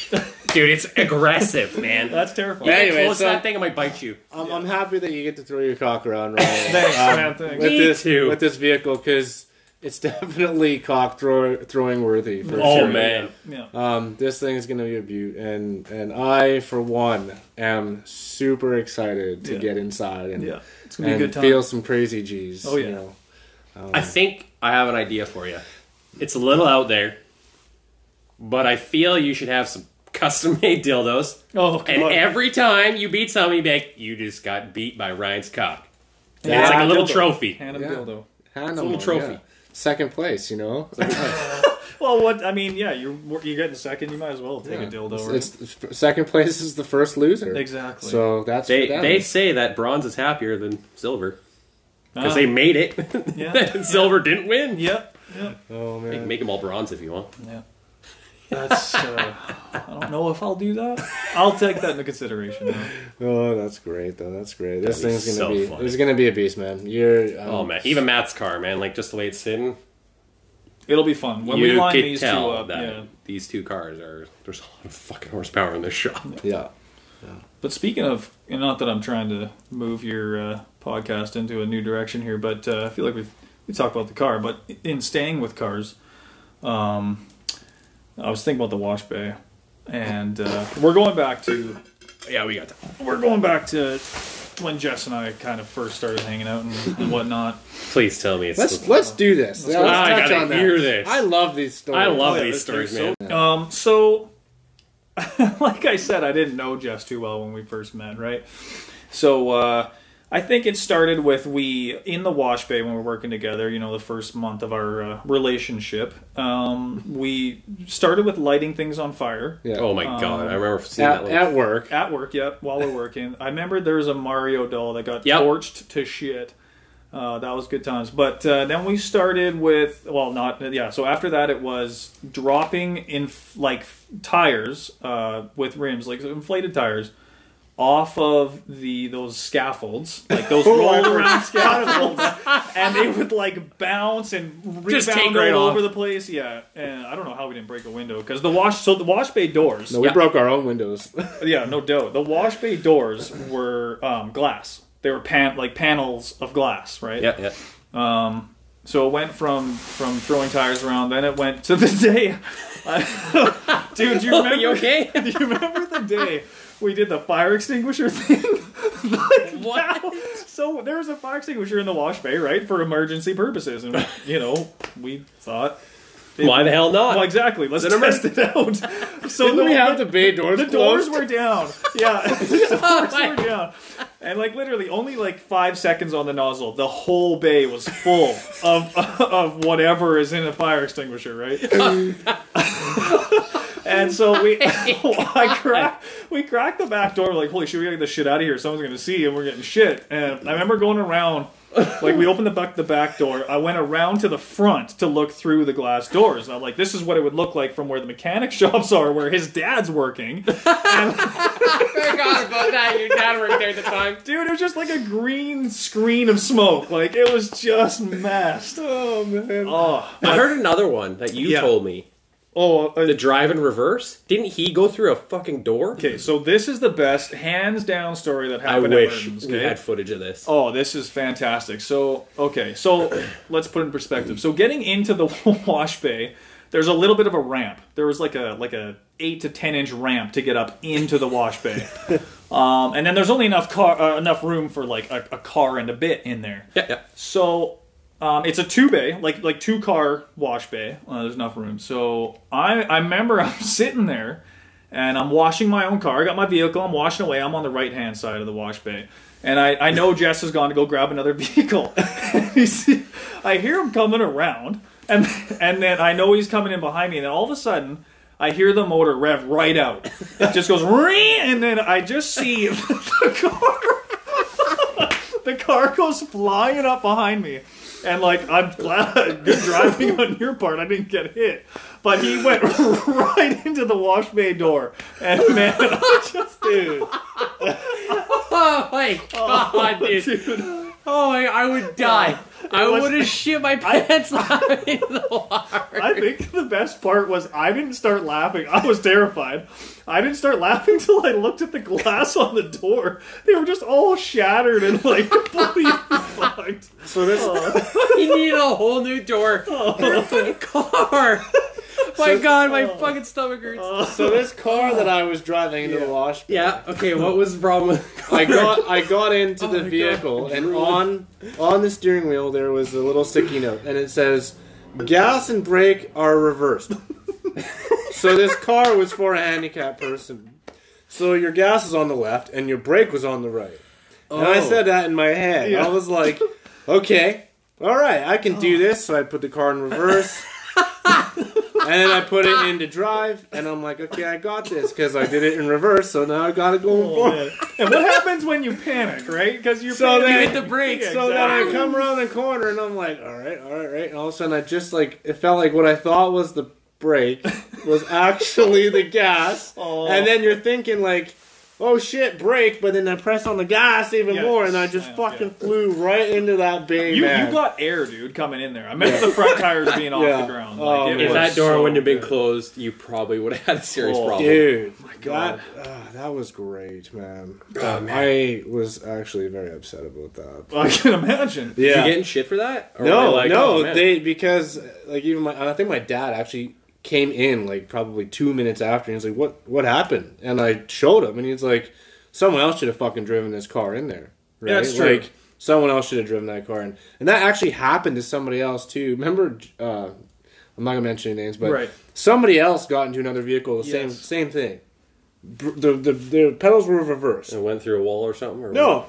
Speaker 1: dude, it's aggressive, man.
Speaker 3: that's terrifying.
Speaker 2: Yeah.
Speaker 1: Get
Speaker 2: Anyway,
Speaker 1: close
Speaker 2: so-
Speaker 1: to that thing, I might bite you.
Speaker 2: I'm, I'm happy that you get to throw your cock around, Ryan.
Speaker 3: Thanks,
Speaker 2: um,
Speaker 3: man. Thanks.
Speaker 2: With
Speaker 1: Me
Speaker 2: this,
Speaker 1: too.
Speaker 2: with this vehicle, because it's definitely cock throw, throwing worthy. For
Speaker 1: Oh
Speaker 2: sure.
Speaker 1: man,
Speaker 3: Yeah,
Speaker 2: Um, this thing is gonna be a beaut, and and I for one am super excited to
Speaker 3: Yeah.
Speaker 2: get inside and
Speaker 3: yeah. It's gonna be a
Speaker 2: and
Speaker 3: good time.
Speaker 2: feel some crazy G's.
Speaker 3: Oh, yeah.
Speaker 2: you know.
Speaker 1: I think I have an idea for you. It's a little out there, but I feel you should have some custom made dildos.
Speaker 3: oh,
Speaker 1: And
Speaker 3: God.
Speaker 1: every time you beat somebody, you be like, you just got beat by Ryan's cock. And
Speaker 3: Yeah.
Speaker 1: it's like a little
Speaker 3: Dildo.
Speaker 1: trophy.
Speaker 3: hand him
Speaker 2: Yeah.
Speaker 3: dildo.
Speaker 2: Hand
Speaker 1: a little
Speaker 2: them one,
Speaker 1: trophy.
Speaker 2: yeah. Second place, you know.
Speaker 3: Well, what I mean, yeah, you're you're getting second. You might as well take
Speaker 2: Yeah.
Speaker 3: a dildo.
Speaker 2: It's-
Speaker 3: right?
Speaker 2: It's, f- second place is the first loser.
Speaker 3: Exactly.
Speaker 2: So that's
Speaker 1: They
Speaker 2: for them.
Speaker 1: they say that bronze is happier than silver because
Speaker 3: Ah,
Speaker 1: they made it.
Speaker 3: Yeah.
Speaker 1: and silver didn't win.
Speaker 3: Yep. Yep.
Speaker 2: Oh
Speaker 1: You can
Speaker 2: man.
Speaker 1: make them all bronze if you want.
Speaker 3: Yeah. That's. Uh, I don't know if I'll do that. I'll take that into consideration. though.
Speaker 2: Oh, that's great though. That's great. This
Speaker 1: That'd be
Speaker 2: thing's gonna
Speaker 1: so
Speaker 2: be.
Speaker 1: funny.
Speaker 2: It's gonna be a beast, man. You're. um,
Speaker 1: Oh man, even Matt's car, man, like just the way it's sitting,
Speaker 3: It'll be fun when
Speaker 1: you
Speaker 3: we line
Speaker 1: could
Speaker 3: these two
Speaker 1: tell
Speaker 3: up.
Speaker 1: that
Speaker 3: Yeah.
Speaker 1: these two cars are there's a lot of fucking horsepower in this shop.
Speaker 2: Yeah.
Speaker 3: But speaking of, and not that I'm trying to move your uh, podcast into a new direction here, but uh, I feel like we've we talked about the car, but in staying with cars, um, I was thinking about the wash bay, and uh, we're going back to
Speaker 1: Yeah, we got that.
Speaker 3: we're going back to when Jess and I kind of first started hanging out and, and whatnot.
Speaker 1: Please tell me it's
Speaker 2: Let's let's do this. Let's,
Speaker 1: go. Ah, I
Speaker 2: touch
Speaker 1: gotta
Speaker 2: on that.
Speaker 1: hear this.
Speaker 2: I love these stories.
Speaker 1: I love
Speaker 3: Oh, yeah,
Speaker 1: these
Speaker 3: they're-
Speaker 1: stories,
Speaker 3: they're
Speaker 1: man.
Speaker 3: Um, so like I said, I didn't know Jess too well when we first met, right? So uh, I think it started with we in the wash bay when we were working together. You know, the first month of our uh, relationship, um, we started with lighting things on fire.
Speaker 2: Yeah.
Speaker 1: Oh my god, I remember seeing
Speaker 2: at,
Speaker 1: that. Little,
Speaker 2: at work.
Speaker 3: At work, yep, while we're working. I remember there was a Mario doll that got
Speaker 1: Yep.
Speaker 3: torched to shit. Uh, that was good times. But uh, then we started with, well, not, yeah, so after that it was dropping in, f- like, f- tires uh, with rims, like inflated tires. Off of the those scaffolds, like
Speaker 2: Oh,
Speaker 3: those roll around scaffolds, and they would like bounce and rebound
Speaker 1: Just take right
Speaker 3: all
Speaker 1: off.
Speaker 3: over the place. Yeah, and I don't know how we didn't break a window because the wash. So the wash bay doors.
Speaker 2: No, we
Speaker 1: Yeah.
Speaker 2: broke our own windows.
Speaker 3: Yeah, no doubt. The wash bay doors were um, glass. They were pan- like panels of glass, right?
Speaker 1: yeah, yeah.
Speaker 3: So it went from from throwing tires around, then it went to the day. Dude, do you remember?
Speaker 1: you okay?
Speaker 3: Do you remember the day we did the fire extinguisher thing?
Speaker 1: What?
Speaker 3: so there was a fire extinguisher in the wash bay, right, for emergency purposes, and you know we thought,
Speaker 1: Why the hell not?
Speaker 3: well, exactly, let's
Speaker 1: an
Speaker 3: test it out. So
Speaker 2: Didn't
Speaker 3: the-
Speaker 2: we have the bay doors
Speaker 3: the doors
Speaker 2: closed?
Speaker 3: were down. Yeah, the doors were down, and like literally only like five seconds on the nozzle, the whole bay was full of of whatever is in a fire extinguisher, right? and so we, I crack, we cracked the back door. We're like, holy shit, we gotta get this shit out of here. Someone's gonna see, and we're getting shit. And I remember going around. Like we opened the back the back door, I went around to the front to look through the glass doors. And I'm like, this is what it would look like from where the mechanic shops are, where his dad's working.
Speaker 1: forgot about that. Your dad worked there at the time.
Speaker 3: Dude, it was just like a green screen of smoke. Like it was just massed.
Speaker 2: Oh man.
Speaker 3: Oh,
Speaker 1: I heard another one that you
Speaker 3: Yeah.
Speaker 1: told me.
Speaker 3: oh. uh,
Speaker 1: The drive in reverse. Didn't he go through a fucking door?
Speaker 3: okay, so this is the best, hands down story that
Speaker 1: I
Speaker 3: happened. at
Speaker 1: wish
Speaker 3: Merton's,
Speaker 1: we
Speaker 3: okay?
Speaker 1: had footage of this.
Speaker 3: Oh, this is fantastic. So, okay, so let's put it in perspective. So, getting into the wash bay, there's a little bit of a ramp. There was like a like a eight to ten inch ramp to get up into the wash bay, um, and then there's only enough car uh, enough room for like a, a car and a bit in there.
Speaker 1: Yeah, yeah.
Speaker 3: So um, it's a two bay, like like two car wash bay. Uh, there's enough room. So I I remember I'm sitting there, and I'm washing my own car. I got my vehicle. I'm washing away. I'm on the right hand side of the wash bay, and I I know Jess has gone to go grab another vehicle. You see- I hear him coming around, and and then I know he's coming in behind me, and then all of a sudden. I hear the motor rev right out. It just goes, "Ring," and then I just see the car the car goes flying up behind me. And like I'm glad good driving on your part. I didn't get hit, but he went right into the wash bay door. And man, I just dude,
Speaker 1: Oh my god, dude.
Speaker 3: dude,
Speaker 1: Oh, I, I would die. I
Speaker 3: was-
Speaker 1: would have shit my pants laughing in the water.
Speaker 3: I think the best part was I didn't start laughing. I was terrified. I didn't start laughing till I looked at the glass on the door. They were just all shattered and like completely fucked.
Speaker 2: So this
Speaker 1: You need a whole new door for a fucking car. My god, my fucking stomach hurts.
Speaker 2: so this car that I was driving into
Speaker 3: Yeah.
Speaker 2: the wash.
Speaker 1: yeah, okay, what was the problem with the car?
Speaker 2: I got I got into
Speaker 3: Oh
Speaker 2: the
Speaker 3: my
Speaker 2: vehicle
Speaker 3: God.
Speaker 2: and
Speaker 3: Drool.
Speaker 2: on on the steering wheel there was a little sticky note and it says gas and brake are reversed. so this car was for a handicapped person. So your gas is on the left and your brake was on the right. And I
Speaker 1: Oh.
Speaker 2: said that in my head.
Speaker 3: Yeah.
Speaker 2: I
Speaker 3: Oh.
Speaker 2: was like, okay, all right, I can do this. So I put the car in reverse. and then I put it into drive, and I'm like, okay, I got this because I did it in reverse, so now I gotta go
Speaker 3: Oh,
Speaker 2: forward.
Speaker 3: man. And what happens when you panic, right? Because you're
Speaker 2: So
Speaker 1: You
Speaker 2: then-
Speaker 1: hit the brakes.
Speaker 3: Yeah,
Speaker 2: So then I
Speaker 3: Exactly.
Speaker 2: come around the corner and I'm like, all right, all right, right. And all of a sudden I just like, it felt like what I thought was the brake was actually the gas.
Speaker 3: Oh.
Speaker 2: And then you're thinking like, oh shit, brake. But then I press on the gas even
Speaker 3: Yeah,
Speaker 2: more and I just
Speaker 3: slam,
Speaker 2: fucking flew right into that bay,
Speaker 3: You,
Speaker 2: man.
Speaker 3: you got air, dude, coming in there. I meant the front tires being off
Speaker 2: Yeah.
Speaker 3: the ground.
Speaker 2: Oh,
Speaker 3: Like, it
Speaker 2: man.
Speaker 1: If
Speaker 3: was
Speaker 1: that door
Speaker 3: so
Speaker 1: wouldn't have been
Speaker 3: good.
Speaker 1: closed, you probably would have had a serious
Speaker 3: Oh,
Speaker 1: problem.
Speaker 2: Dude,
Speaker 3: God.
Speaker 2: that, ah, that was great, man.
Speaker 1: Oh, man.
Speaker 2: I was actually very upset about that.
Speaker 3: I can imagine.
Speaker 1: Did
Speaker 2: Yeah.
Speaker 1: you getting shit for that? Or were
Speaker 2: No,
Speaker 1: they like,
Speaker 2: no,
Speaker 1: oh, man.
Speaker 2: they because like even my I think my dad actually came in like probably two minutes after and he's like, "What what happened?" And I showed him, and he's like, "Someone else should have fucking driven this car in there." Right?
Speaker 3: That's true.
Speaker 2: Like someone else should have driven that car in, and that actually happened to somebody else too. Remember, uh, I'm not gonna mention any names, but
Speaker 3: Right.
Speaker 2: somebody else got into another vehicle. the Same
Speaker 3: Yes.
Speaker 2: same thing. br- the, the the pedals were reversed.
Speaker 1: It went through a wall or something. Or
Speaker 2: No,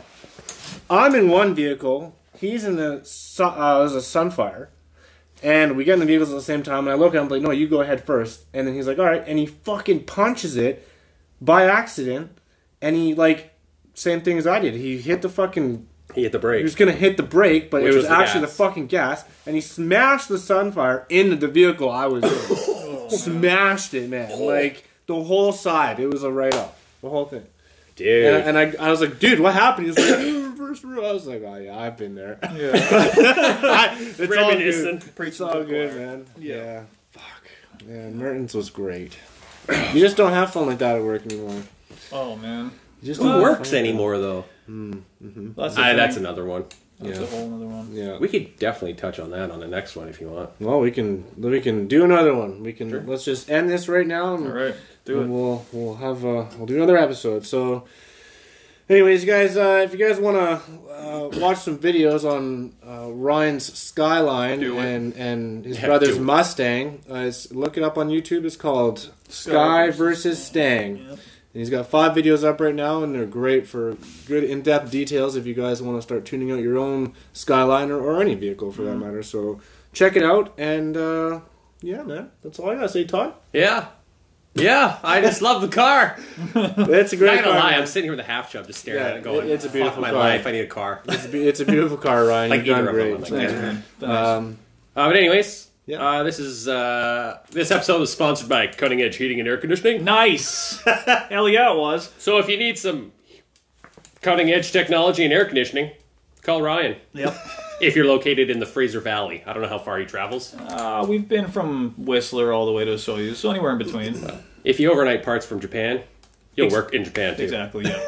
Speaker 2: I'm in one vehicle. He's in the Su- uh, it was a Sunfire, and we get in the vehicles at the same time. And I look at him like, "No, you go ahead first. And then he's like, "All right," and he fucking punches it by accident, and he like same thing as I did. He hit the fucking.
Speaker 1: he hit the
Speaker 2: He
Speaker 1: brake.
Speaker 2: was gonna hit the brake, but
Speaker 1: Which
Speaker 2: it was,
Speaker 1: was the
Speaker 2: actually
Speaker 1: gas.
Speaker 2: the fucking gas, and he smashed the Sunfire into the vehicle I was in. smashed it, man! Like the whole side, it was a write off. The whole thing.
Speaker 1: Dude,
Speaker 2: And, and I, I was like, dude, what happened? He's like, "You reverse rule. I was like, oh yeah, I've been there.
Speaker 3: Yeah.
Speaker 2: I, it's all good.
Speaker 1: Reminiscent.
Speaker 2: It's all good, man.
Speaker 3: Yeah.
Speaker 2: Yeah. Fuck. Man, Mertens was great. You just don't have fun like that at work anymore.
Speaker 3: Oh man.
Speaker 2: You just
Speaker 1: Who
Speaker 2: don't
Speaker 1: works
Speaker 2: have fun like
Speaker 1: anymore though?
Speaker 3: That's a
Speaker 1: Aye,
Speaker 3: thing.
Speaker 1: that's another one.
Speaker 3: That's a
Speaker 2: Yeah.
Speaker 3: whole another one.
Speaker 2: that. Yeah.
Speaker 1: We could definitely touch on that on the next one if you want.
Speaker 2: well, we can we can do another one. We can let's just end this right now. And,
Speaker 3: All right, do
Speaker 2: and
Speaker 3: it.
Speaker 2: We'll we'll have uh, we'll do another episode. So, anyways, guys, uh, if you guys want to uh, watch some videos on uh, Ryan's skyline
Speaker 3: Do it.
Speaker 2: and and his
Speaker 1: Yeah,
Speaker 2: brother's
Speaker 1: do it.
Speaker 2: Mustang, uh, it's, look it up on YouTube. It's called Sky
Speaker 3: Sky
Speaker 2: versus Stang.
Speaker 3: Yeah.
Speaker 2: And he's got five videos up right now, and they're great for good in-depth details if you guys want to start tuning out your own Skyliner or any vehicle for that matter. So check it out, and uh, yeah, man, that's all I gotta say, Todd.
Speaker 1: Yeah. Yeah, I just love the car.
Speaker 2: That's
Speaker 1: Not
Speaker 2: a great.
Speaker 1: gonna
Speaker 2: car,
Speaker 1: lie,
Speaker 2: man.
Speaker 1: I'm sitting here with a half chub just staring
Speaker 2: Yeah,
Speaker 1: at it going,
Speaker 2: it- it's a beautiful
Speaker 1: Fuck my
Speaker 2: car.
Speaker 1: life, I need a car. Uh,
Speaker 2: It's a, be- it's a beautiful car, Ryan.
Speaker 1: Like
Speaker 2: You've done
Speaker 1: either of
Speaker 2: great.
Speaker 1: them, like
Speaker 3: Thanks,
Speaker 1: Yeah.
Speaker 3: man. Thanks.
Speaker 2: Um,
Speaker 1: Uh, but anyways,
Speaker 2: Yeah.
Speaker 1: uh, this is uh, this episode was sponsored by Cutting Edge Heating and Air Conditioning.
Speaker 3: nice. Hell yeah, it was.
Speaker 1: So if you need some cutting edge technology and air conditioning, call Ryan.
Speaker 3: Yep.
Speaker 1: If you're located in the Fraser Valley, I don't know how far he travels.
Speaker 3: Uh, we've been from Whistler all the way to Soyuz, so anywhere in between.
Speaker 1: If you overnight parts from Japan, he'll
Speaker 3: Ex-
Speaker 1: work in Japan too.
Speaker 3: Exactly. Yeah.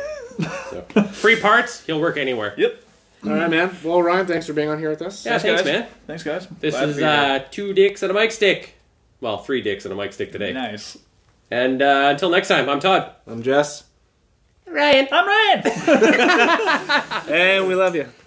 Speaker 1: So. Free parts, he'll work anywhere.
Speaker 3: yep.
Speaker 2: all right, man. Well, Ryan, thanks for being on here with us.
Speaker 1: Yeah, thanks,
Speaker 3: guys.
Speaker 1: man.
Speaker 3: Thanks, guys.
Speaker 1: This
Speaker 3: Glad to
Speaker 1: is
Speaker 3: be here.
Speaker 1: uh, two dicks and a mic stick. Well, three dicks and a mic stick today.
Speaker 3: nice.
Speaker 1: And uh, until next time, I'm Todd.
Speaker 2: I'm Jess,
Speaker 1: Ryan.
Speaker 3: I'm Ryan.
Speaker 2: and we love you.